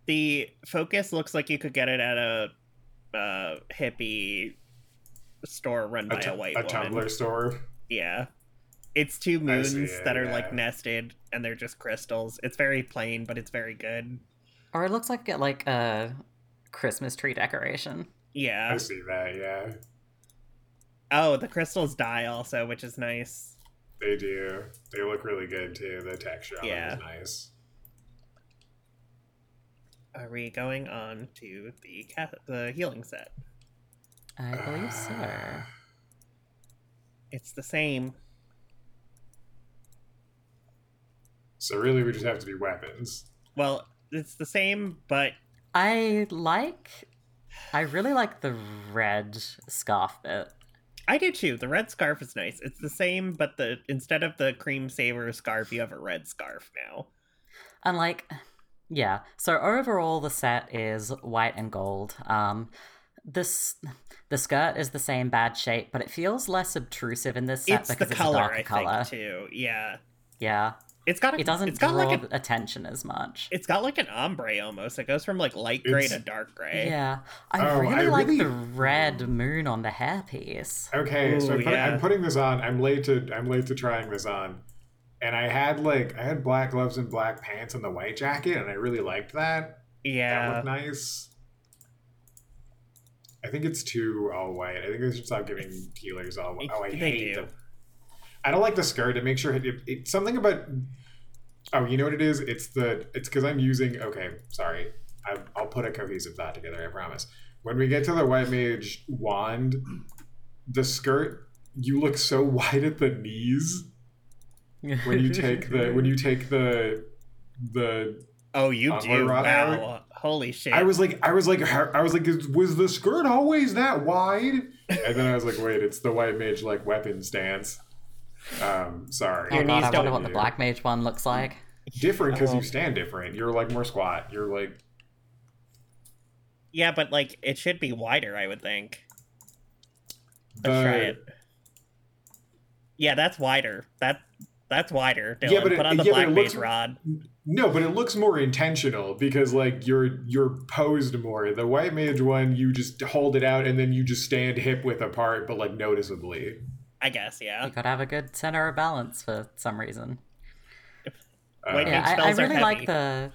The focus looks like you could get it at a uh, hippie store run by
a,
a,
tu-
white
a
woman.
Tumblr store.
Yeah. It's two
I
moons
see it,
that are like
yeah.
nested and they're just crystals. It's very plain, but it's very good.
Or it looks like it like a Christmas tree decoration.
Yeah.
I see that. Yeah,
Oh, the crystals die also, which is nice.
they do. They look really good too. The texture on
Yeah.
them is nice.
Are we going on to the ca- the healing set?
I believe so.
Ah.
It's the same.
So really, we just have to do weapons.
Well, it's the same, but
I like. I really like the red scarf bit.
I do too. The red scarf is nice. It's the same, but the instead of the cream saver scarf, you have a red scarf now.
And like, yeah. So overall, the set is white and gold. Um, this the skirt is the same bad shape, but it feels less obtrusive in this set
it's the
because
color,
it's a darker
I
color.
think, too. Yeah,
Yeah,
it's got. A,
it doesn't
It's got
draw
like a.
attention as much.
It's got like an ombre almost. It goes from like light gray
It's-
to dark gray.
yeah, I
Oh,
really
I
like the
really-
red moon on the hairpiece.
Okay, so
Ooh,
I put,
yeah.
I'm putting this on. I'm late to. I'm late to trying this on. And I had like I had black gloves and black pants and the white jacket, and I really liked that. That
Yeah.
looked nice. I think it's too all white. I think they should stop giving healers all white. Oh, I
They
hate
do.
them. I don't like the skirt. It makes sure it, it, it's something about. Oh, you know what it is? It's the it's because I'm using. Okay, sorry. I, I'll put a cohesive thought together. I promise. When we get to the white mage wand, the skirt you look so wide at the knees when you take the when you take the the
Oh, you
Uh,
do!
what about-
Wow, holy shit!
I was like I was like how- I was like "Is- was the skirt always that wide? And then I was like wait, it's the white mage like weapon stance. Um sorry.
Oh
Your
god,
knees
I wonder
don't
what the
do.
black mage one looks like.
Different cuz you
Oh.
stand different. You're like more squat. You're like
yeah, but like it should be wider, I would think. Let's
the-
try it. Yeah, that's wider. That that's wider. Dylan.
Yeah, but it-
put on the
yeah, but
black
it
mage
looks-
rod.
No, but it looks more intentional because like you're you're posed more. The white mage one, you just hold it out and then you just stand hip width apart, but like noticeably.
I guess. Yeah.
You gotta have a good center of balance for some reason.
Wait,
Uh,
Big
Yeah, I, I
spells are
really like
heavy.
the.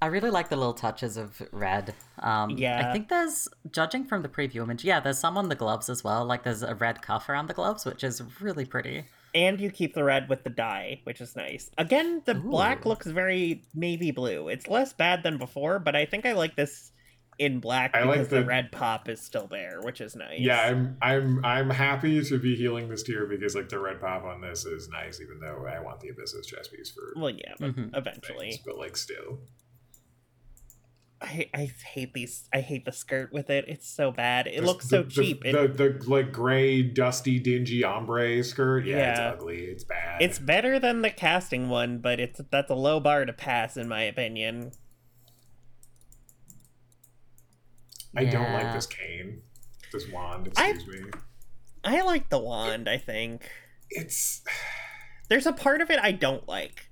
I really like the little touches of red. Um,
Yeah.
I think there's, judging from the preview image, yeah, there's some on the gloves as well. Like there's a red cuff around the gloves, which is really pretty.
And you keep the red with the dye, which is nice. Again, the black
Ooh.
looks very navy blue. It's less bad than before, but I think I like this in black
I
because
like
the...
the-
red pop is still there, which is nice.
yeah, I'm I'm I'm happy to be healing this tier because like the red pop on this is nice, even though I want the Abyssus chest piece for
Well, yeah, but
Mhm.
Mm,
eventually.
things, but like still.
I, I hate these. I hate the skirt with it. It's so bad. It
Just
looks
the-
so
the-
cheap. It-
The, the, like gray, dusty, dingy ombre skirt. Yeah, it's
Yeah.
ugly. It's bad.
it's better than the casting one, but it's that's a low bar to pass, in my opinion.
I don't like
Yeah.
this cane. This wand,
I-
excuse me.
I like the wand. I think
It's
there's a part of it I don't like.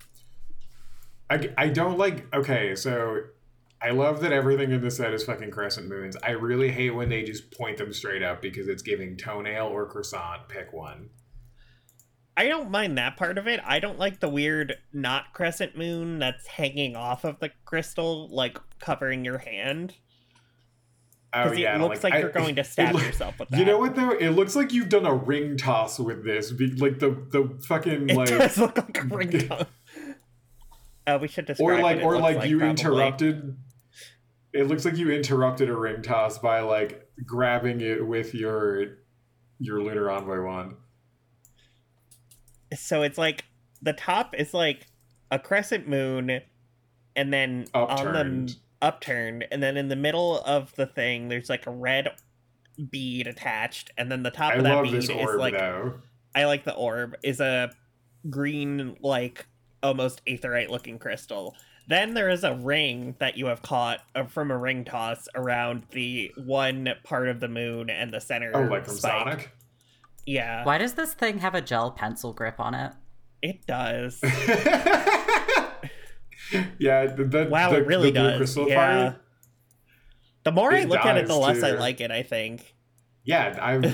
I, I don't like okay so i love that everything in this set is fucking crescent moons i really hate when they just point them straight up because it's giving toenail or croissant pick one
I don't mind that part of it. I don't like the weird not crescent moon that's hanging off of the crystal, like covering your hand.
oh
Because
yeah I
it
don't
looks like,
I-
you're going to
it
stab
loo-
yourself with that.
you know what though it looks like you've done a ring toss with this be, like the the fucking
It
like
does look like a ringtone. uh, we should describe
or like
what it
or
looks
like, you
probably.
interrupted it looks like you interrupted a ring toss by like grabbing it with your your lunar envoy wand
So it's like the top is like a crescent moon, and then on
upturned
the upturned, and then in the middle of the thing, there's like a red bead attached, and then the top
i
of that
love
bead
this
is
orb
like
though
I like the orb is a green like almost aetherite looking crystal. Then there is a ring that you have caught uh, from a ring toss around the one part of the moon and the center.
oh like from
spike.
sonic
Yeah,
Why does this thing have a gel pencil grip on it?
it does.
yeah, the, the,
Wow,
the,
it really
the blue
does.
crystal
Yeah.
part.
The more I
It
look at it,
dies,
the less I
too.
like it. I think.
Yeah, I'm.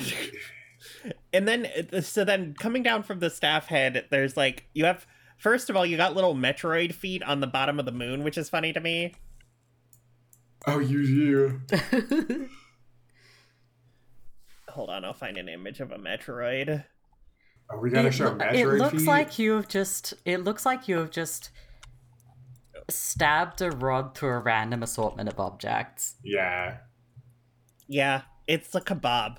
And then, so then coming down from the staff head, there's like, you have, first of all, you got little Metroid feet on the bottom of the moon, which is funny to me.
oh, you, you.
Hold on, I'll find an image of a Metroid.
Oh, we gotta
it,
show
loo-
Metroid
it looks
feet?
like you have just it looks like you have just stabbed a rod through a random assortment of objects
Yeah,
Yeah, it's a kebab.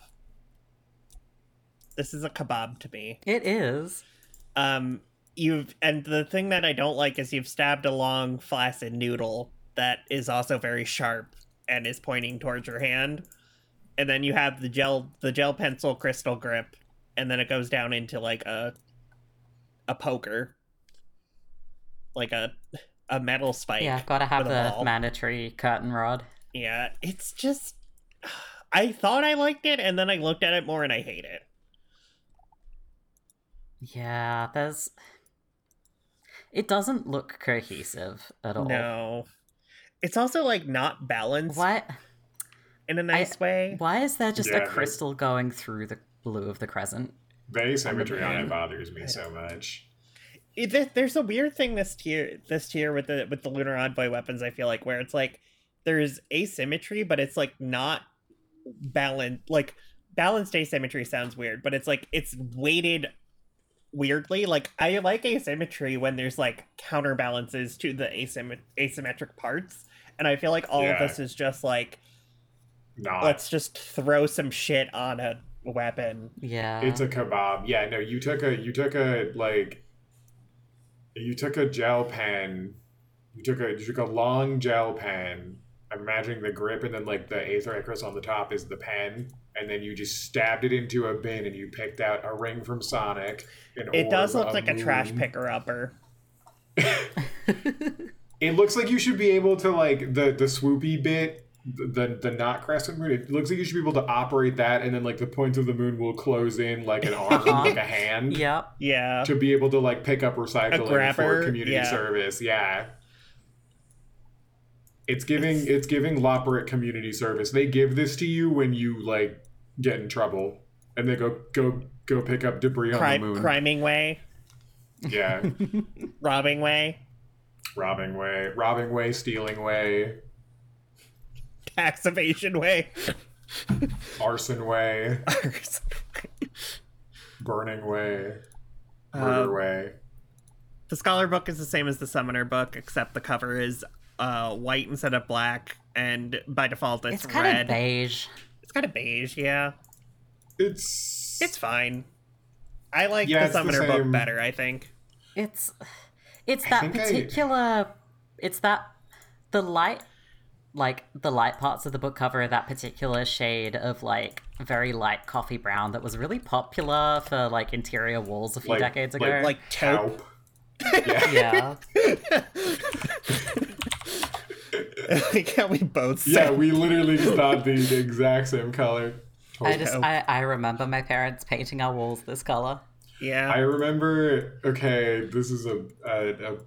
This is a kebab to me.
it is
Um, you've and the thing that I don't like is you've stabbed a long flaccid noodle that is also very sharp and is pointing towards your hand. And then you have the gel the gel pencil crystal grip, and then it goes down into like a a poker. Like a a metal spike.
yeah gotta have
with a
the
ball.
mandatory curtain rod
Yeah, it's just I thought I liked it and then I looked at it more and I hate it.
yeah there's it doesn't look cohesive at all
No. It's also like not balanced
why
in a nice way.
why is there just
Yeah,
a
there's-
crystal going through the blue of the crescent
the asymmetry on
man.
it bothers me so much.
It, there- there's a weird thing this tier this tier with the with the lunar envoy weapons I feel like where it's like there's asymmetry but it's like not balanced like balanced asymmetry sounds weird but it's like it's weighted weirdly like I like asymmetry when there's like counterbalances to the asymmet- asymmetric parts and I feel like all
Yeah. Uh,
of this is just like
Not
let's just throw some shit on a weapon.
Yeah.
It's a kebab. Yeah, no, you took a you took a like you took a gel pen. You took a you took a long gel pen. I'm imagining the grip and then like the Aethericus on the top is the pen. And then you just stabbed it into a bin and you picked out a ring from Sonic. an
It does
orb,
look like a trash
moon.
picker upper.
It looks like you should be able to like the the swoopy bit, the the not crescent moon. It looks like you should be able to operate that, and then like the points of the moon will close in like an arm,
Uh-huh.
like a hand,
yep.
Yeah.
to be able to like pick up recycling for
grabber,
community
yeah.
service. Yeah. It's giving it's, giving Loperate community service. They give this to you when you like get in trouble, and they go go go pick up debris on the
Crime,
moon.
criming way,
Yeah,
robbing way,
robbing way, robbing way, stealing way,
tax evasion way.
arson way. Burning Way, Murder
Uh,
Way.
the scholar book is the same as the summoner book, except the cover is uh, white instead of black, and by default it's,
It's kind of
red.
beige.
it's kind of beige. Yeah,
It's
it's fine. I like
Yeah,
the
it's the
summoner
same.
book better. I think.
It's it's
I
that
think I-
particular it's that the light like the light parts of the book cover are that particular shade of like very light coffee brown that was really popular for like interior walls a few
Like-
decades ago.
like-
Like taupe.
taupe. yeah.
yeah.
like how we both
yeah,
said
we literally just thought the, the exact same color.
I just
Taupe.
I, I remember my parents painting our walls this color.
I
yeah.
remember. Okay, this is a a, a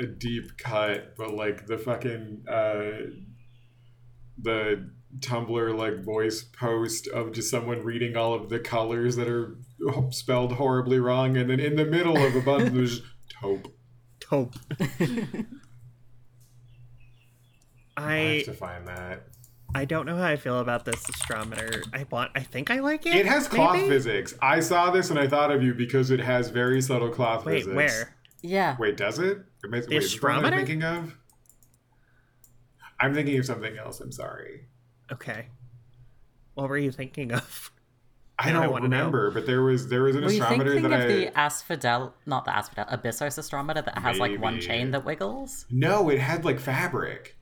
a deep cut, but like the fucking uh, the Tumblr like voice post of just someone reading all of the colors that are spelled horribly wrong, and then in the middle of a bunch there's taupe.
taupe.
I
I
have to find that.
I don't know how I feel about this astrometer. I want. I think I like it.
It has cloth
maybe?
physics. I saw this and I thought of you because it has very subtle cloth
Wait,
physics.
where?
Yeah.
Wait, does it? it makes,
The
wait, is that what I'm
astrometer?
thinking of? I'm thinking of something else. I'm sorry.
Okay. What were you thinking of?
I
Now I
don't
wanna know.
remember, but there was there was an
Were you
astrometer
thinking
that
of
I
the asphodel not the asphodel, abyssos astrometer that has like one
Maybe.
chain that wiggles?
No, it had like fabric.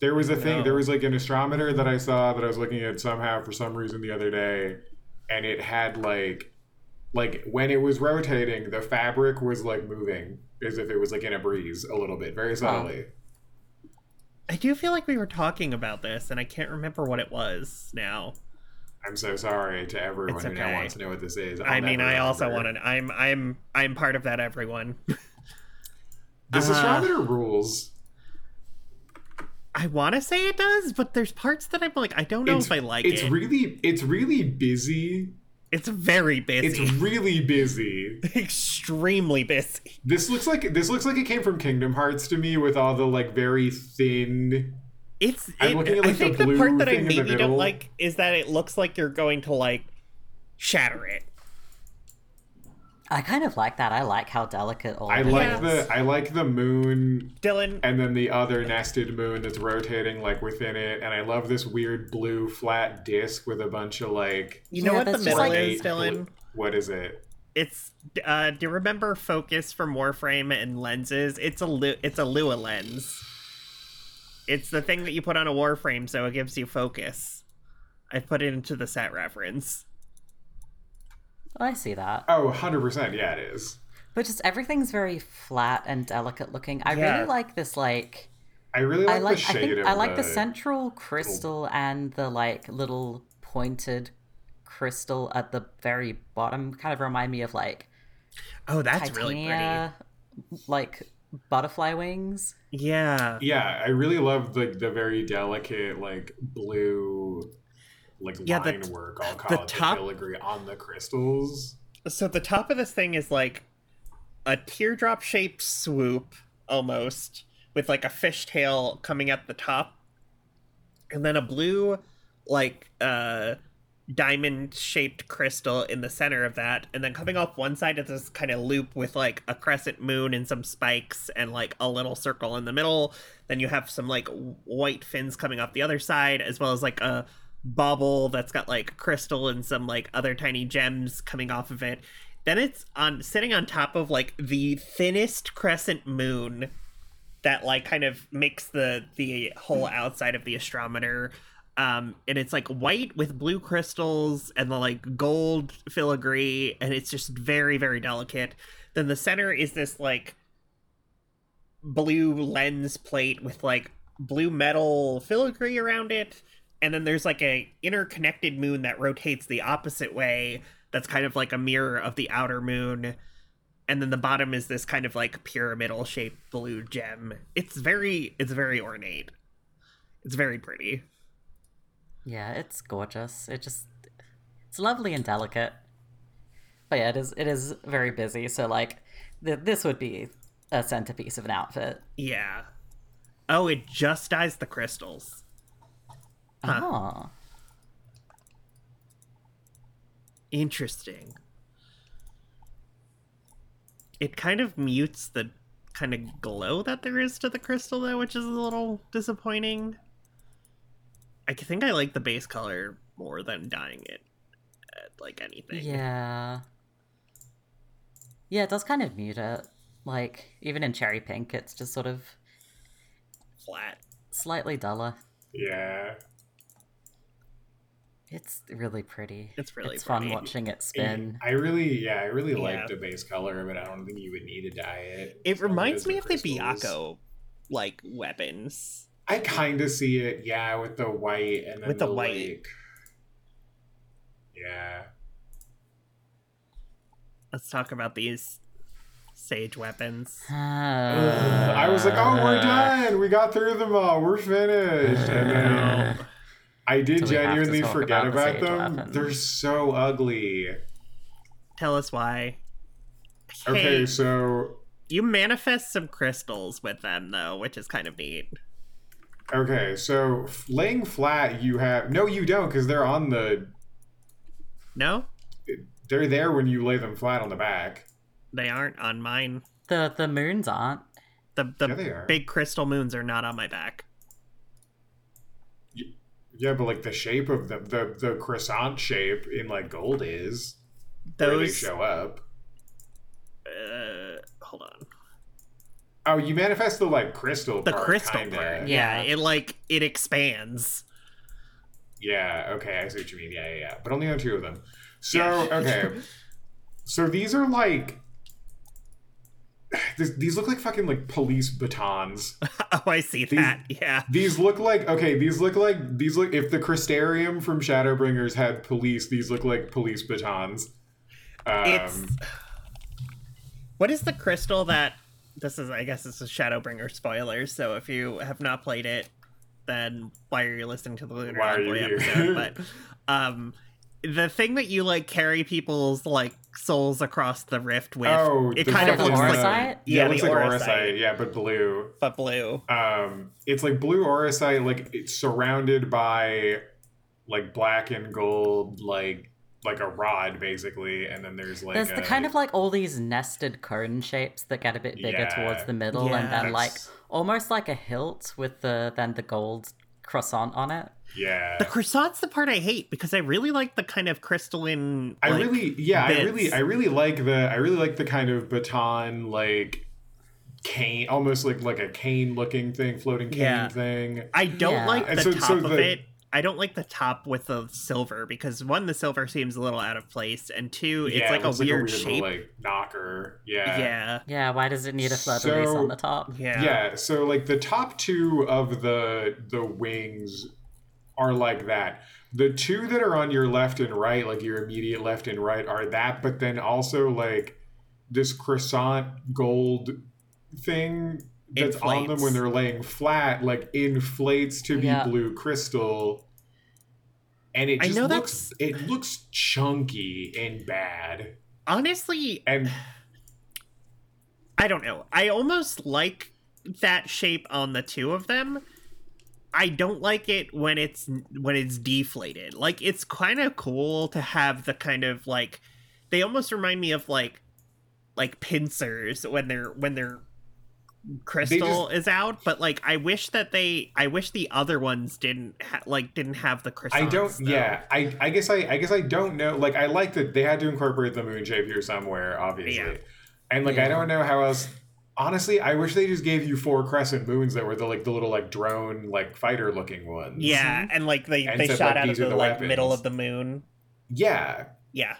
There was a thing.
Oh, No.
There was like an astrometer that I saw that I was looking at somehow for some reason the other day, and it had like, like when it was rotating, the fabric was like moving as if it was like in a breeze a little bit, very subtly.
I do feel like we were talking about this, and I can't remember what it was now.
I'm so sorry to everyone
It's
who now
okay.
wants to know what this is.
i mean, I also want
to.
to. I'm, I'm, I'm part of that. Everyone.
This
Uh,
astrometer rules.
I want to say it does, but there's parts that I'm like, I don't know if I like
it's
it.
really, it's really busy.
it's e- very busy.
It's really busy.
extremely busy.
This looks like this looks like it came from Kingdom Hearts to me with all the like very thin.
It's.
I'm
It,
looking at,
I
like, the
think the,
blue
part that I
thing in the
maybe don't
middle.
like is that it looks like you're going to like shatter it.
I kind of like that. I like how delicate all
I
of it
like
Yes.
is.
the I like the moon
Dylan,
and then the other nested moon that's rotating like within it, and I love this weird blue flat disc with a bunch of like
you know
Yeah,
what the
that's
middle
just like-
is, Dylan?
What is it?
It's uh do you remember focus from Warframe and lenses? It's a lu- it's a Lua lens. It's the thing that you put on a Warframe so it gives you focus. I put it into the set reference.
I see that.
Oh, 100 percent. Yeah, it is.
But just everything's very flat and delicate looking. I
Yeah.
really like this like
I really like,
I like
the
I
shade
think
of
I like the
the
central crystal and the like little pointed crystal at the very bottom kind of remind me of like
Oh, that's really pretty.
titania like butterfly wings.
Yeah.
Yeah, I really love like the very delicate like blue like
Yeah, the
line
t-
work. I'll call it
top-
the filigree on the crystals.
So the top of this thing is like a teardrop shaped swoop almost with like a fishtail coming at the top and then a blue like uh diamond shaped crystal in the center of that and then coming off one side is this kind of loop with like a crescent moon and some spikes and like a little circle in the middle then you have some like w- white fins coming off the other side as well as like a bubble that's got like crystal and some like other tiny gems coming off of it. Then it's on sitting on top of like the thinnest crescent moon that like kind of makes the the whole outside of the astrometer um and it's like white with blue crystals and the like gold filigree and it's just very very delicate then the center is this like blue lens plate with like blue metal filigree around it and then there's like a interconnected moon that rotates the opposite way that's kind of like a mirror of the outer moon and then the bottom is this kind of like pyramidal shaped blue gem it's very it's very ornate it's very pretty
Yeah, it's gorgeous. It just it's lovely and delicate. But yeah, it is it is very busy. So like th- this would be a centerpiece of an outfit.
yeah oh it just dyes the crystals
Oh.
interesting it kind of mutes the kind of glow that there is to the crystal though which is a little disappointing i think i like the base color more than dyeing it uh, like anything
Yeah. Yeah, it does kind of mute it. Like even in cherry pink, it's just sort of
flat
slightly duller.
Yeah.
It's really pretty.
It's really
it's fun
pretty.
watching it
And
spin.
I really, yeah, I really
Yeah.
like the base color, but I don't think you would need to dye it.
It
As long
reminds
as
me of the
crystals-
Biako like weapons.
I kind of see it, yeah, with the white and then
With the white.
like- yeah,
Let's talk about these sage weapons.
Ugh, I was like, "Oh, we're
Uh,
done. We got through them all. We're finished." And then
Uh,
I did
Do we have to
genuinely
talk
forget
about the
about
sage
them.
weapons?
They're so ugly.
Tell us why.
Okay,
Hey,
so
you manifest some crystals with them though, which is kind of neat.
okay, so f- laying flat, you have no, you don't, because they're on the
No,
they're there when you lay them flat on the back.
they aren't on mine.
The the moons aren't.
Oh
The
Yeah,
the
they are.
big crystal moons are not on my back.
Yeah, but like the shape of them, the the crescent shape in like gold is where they
Those.
show up.
Uh, hold on.
Oh, you manifest the like crystal.
The
part,
crystal
kinda.
part. Yeah,
Yeah.
it like it expands.
Yeah, okay, I see what you mean. Yeah, yeah, yeah. But only on two of them. So,
Yeah.
okay. So these are like this, these look like fucking like police batons.
oh, I see
These-
that. Yeah.
These look like okay, these look like these look if the Crystarium from Shadowbringers had police, these look like police batons. Um
It's what is the crystal that this is? I guess this is Shadowbringer spoilers. So if you have not played it, then why are you listening to the Lunar
Why are you here?
Envoy episode? But um, the thing that you like carry people's like souls across the rift with,
oh,
it
the
kind of
fucking, uh,
looks like
Aurosite?
Yeah,
Yeah,
it looks
the
like
Aurosite.
Aurosite, yeah, but blue.
but blue.
um it's like blue orosite like it's surrounded by like black and gold like like a rod basically and then there's like
There's
a,
the kind of like all these nested cone shapes that get a bit bigger
Yeah.
towards the middle,
Yeah.
and then like
That's-
almost like a hilt with the then the gold croissant on it.
yeah
The croissant's the part I hate because I really like the kind of crystalline.
i
like-
really yeah i
bits.
really i really like the i really like the kind of baton like cane almost like like a cane looking thing floating cane
Yeah.
thing
I don't
Yeah.
like
And
the
so-
top
so
of
the-
it. I don't like the top with the silver because one, the silver seems a little out of place, and two, it's
yeah,
like
it
a
looks
weird
little,
shape.
like knocker
yeah.
Yeah, why does it need a fleur de lis
So-
on the top?
Yeah.
yeah so like the top two of the the wings are like that the two that are on your left and right like your immediate left and right are that but then also like this croissant gold thing that's on them
Inflates.
when they're laying flat like inflates to be
Yeah.
blue crystal and it
I
just
know
looks it looks chunky and bad
Honestly,
and
I don't know. I almost like that shape on the two of them. I don't like it when it's when it's deflated. Like it's kind of cool to have the kind of like they almost remind me of like like pincers when they're when they're crystal is out but like i wish that they i wish the other ones didn't ha- like didn't have the crystal
I don't. Yeah, I, I guess I, I guess I don't know. Like, I like that they had to incorporate the moon shape here somewhere, obviously.
Yeah.
And like, I
Yeah.
don't know how else. Honestly, I wish they just gave you four crescent moons that were the like the little like drone like fighter looking ones.
yeah and like they
Mm-hmm. And
they
said,
shot
like,
out of
these are
the,
the
like middle
weapons.
of the moon
Yeah,
yeah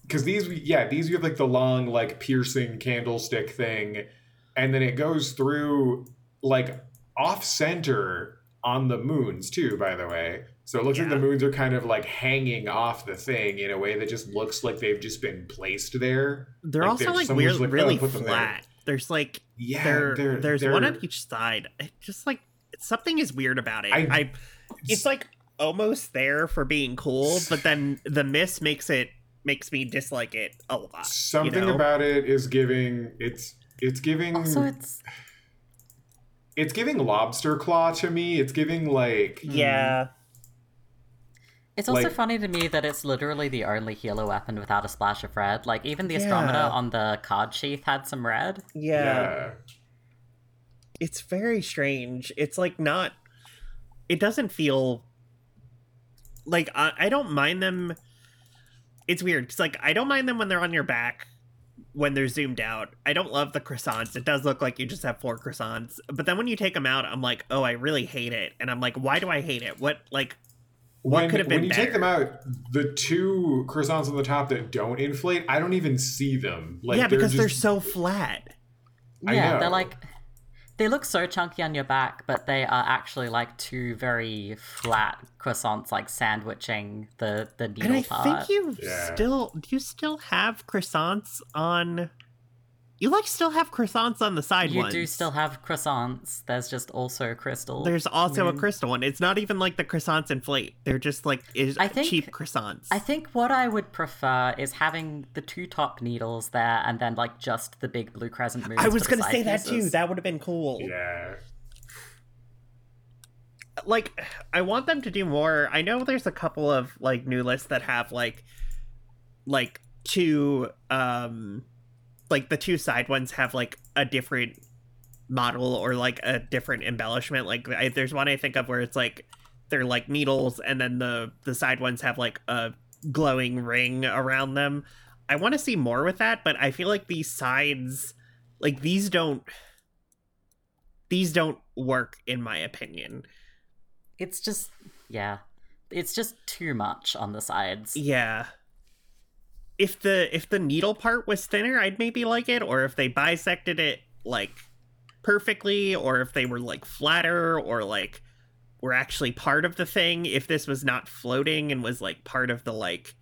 because these yeah these you have like the long like piercing candlestick thing, and then it goes through like off center on the moons too. By the way. So it looks like
Yeah.
the moons are kind of like hanging off the thing in a way that just looks like they've just been placed there.
they're
Like,
also
there's
like
someone
weird
who's like,
really
"Oh, put them there."
flat there's like
Yeah,
there
they're-
there's
they're-
one on each side it just like something is weird about it
I-
I it's like almost there for being cool but then the miss makes it makes me dislike it a lot
something
know?
about it is giving it's it's giving
Also, it's
it's giving lobster claw to me. It's giving like
yeah
mm-hmm.
it's also
Like-
funny to me that it's literally the only healer weapon without a splash of red. Like even the
Yeah.
astrometer on the card sheath had some red.
yeah, it's very strange it's like not it doesn't feel like i, I don't mind them it's weird because like i don't mind them when they're on your back when they're zoomed out i don't love the croissants it does look like you just have four croissants but then when you take them out i'm like oh i really hate it and i'm like why do i hate it what like What
When,
could have been
when you take them out, the two croissants on the top that don't inflate, I don't even see them. Like
yeah because they're
just-
so flat
I
Yeah,
know.
they're like they look so chunky on your back, but they are actually like two very flat croissants, like sandwiching the the needle
and i
part.
think you
Yeah.
still do you still have croissants on you like still have croissants on the side
You
ones.
do still have croissants. There's just also crystal.
There's also a crystal one. It's not even like the croissants inflate. They're just like is
I think-
cheap croissants.
I think what I would prefer is having the two top needles there, and then like just the big blue crescent moons.
I was
for the
gonna
side
say that too.
pieces.
That would have been cool.
yeah.
Like, I want them to do more. I know there's a couple of like new lists that have like, like two, um, like the two side ones have like a different model or like a different embellishment. Like, I, there's one I think of where it's like they're like needles, and then the the side ones have like a glowing ring around them. I want to see more with that, but I feel like these sides, like these don't, these don't work in my opinion.
it's just yeah, it's just too much on the sides.
Yeah. If the if the needle part was thinner, I'd maybe like it, or if they bisected it like perfectly, or if they were like flatter, or like were actually part of the thing. If this was not floating and was like part of the like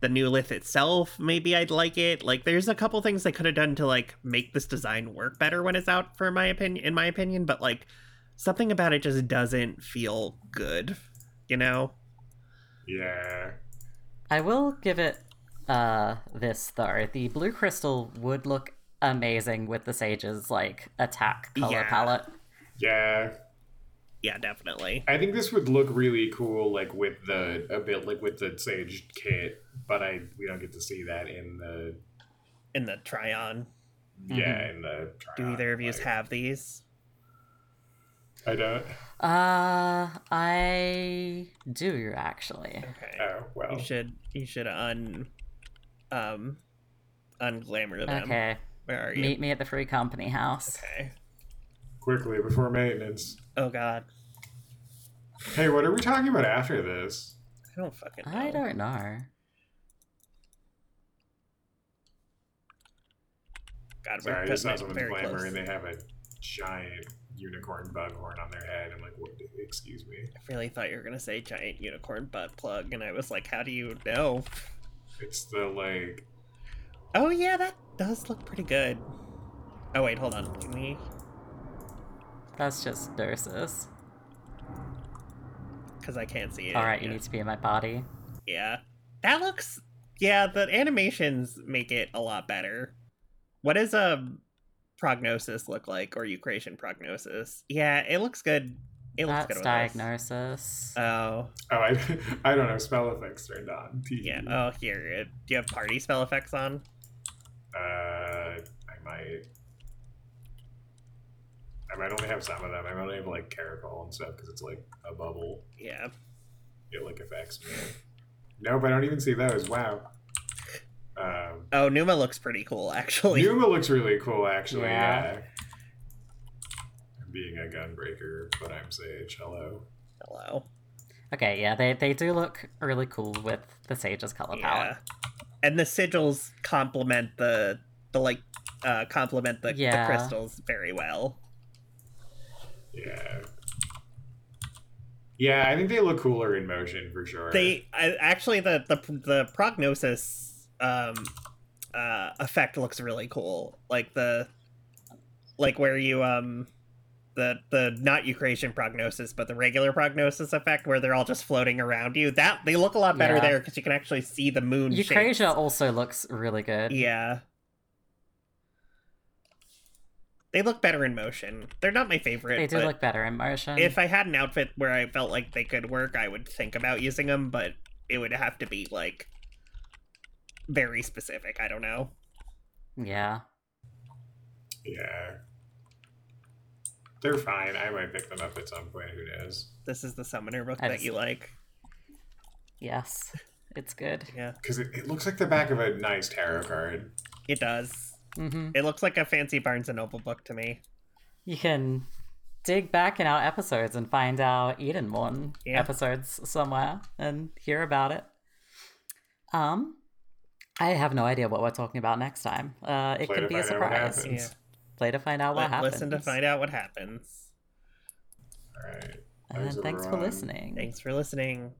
the new lith itself, maybe I'd like it. Like there's a couple things they could have done to like make this design work better when it's out for my opinion in my opinion, but like something about it just doesn't feel good, you know?
Yeah.
I will give it uh this though. The blue crystal would look amazing with the sage's like attack color
Yeah.
palette.
Yeah.
Yeah, definitely.
I think this would look really cool like with the a bit like with the sage kit, but I we don't get to see that in the
in the Tryon.
yeah, in the
Mm-hmm. Do either of you
like,
have these?
I don't
Uh I do actually.
Okay.
oh well.
You should you should un um unglamour them.
Okay.
Where are you?
Meet me at the free company house.
Okay.
Quickly before maintenance.
Oh god.
Hey, what are we talking about after this?
I don't fucking know.
I don't know.
God, we're
Sorry, I
putting
just saw
it
someone's
very
glamour
close.
and they have a giant unicorn bughorn on their head. I'm like, what? Excuse me.
I really thought you were gonna say giant unicorn butt plug, and I was like, how do you know?
It's the like.
Oh yeah, that does look pretty good. Oh wait, hold on. Can we
That's just nurses.
because I can't see it.
All right, you
yet.
need to be in my body.
Yeah. That looks yeah, the animations make it a lot better. What does a prognosis look like or Eucratian prognosis? Yeah, it looks good. It looks
That's
good with us.
diagnosis.
Oh,
Oh, I, I don't have spell effects turned on.
yeah. Oh, here. uh, Do you have party spell oh. effects on?
Uh, I might. I might only have some of them. I might only have like caracol and stuff because it's like a bubble.
Yeah.
It like affects me. Nope, I don't even see those. Wow. Um,
Oh, Numa looks pretty cool, actually.
Numa looks really cool, actually.
Yeah.
Yeah. I'm being a gunbreaker, but I'm Sage. Hello.
Hello.
Okay, yeah, they, they do look really cool with the Sage's color palette.
Yeah. And the sigils complement the the like uh complement the,
Yeah.
the crystals very well.
Yeah. Yeah, I think they look cooler in motion for sure.
They I, actually the, the the prognosis um uh effect looks really cool. Like the like where you um the the not Eucratian prognosis but the regular prognosis effect where they're all just floating around you. That they look a lot better
Yeah.
there cuz you can actually see the moon shapes.
Eucrasia also looks really good.
Yeah. They look better in motion. They're not my favorite.
they do
but
look better in motion.
if I had an outfit where I felt like they could work, I would think about using them, but it would have to be like very specific. I don't know.
Yeah.
Yeah. They're fine. I might pick them up at some point. Who knows?
This is the summoner book
I
that
just-
you like.
Yes. It's good.
Yeah,
Because it, it looks like the back of a nice tarot card.
it does.
hmm
It looks like a fancy Barnes and Noble book to me.
You can dig back in our episodes and find our Eden Morn
Yeah.
episodes somewhere and hear about it. Um, I have no idea what we're talking about next time. Uh, it
Play to
could be a
find out what
surprise.
happens.
Play to find out what
Li-
happens.
Listen to find out what happens.
All right.
And
Thanks,
thanks for
everyone.
listening.
Thanks for listening.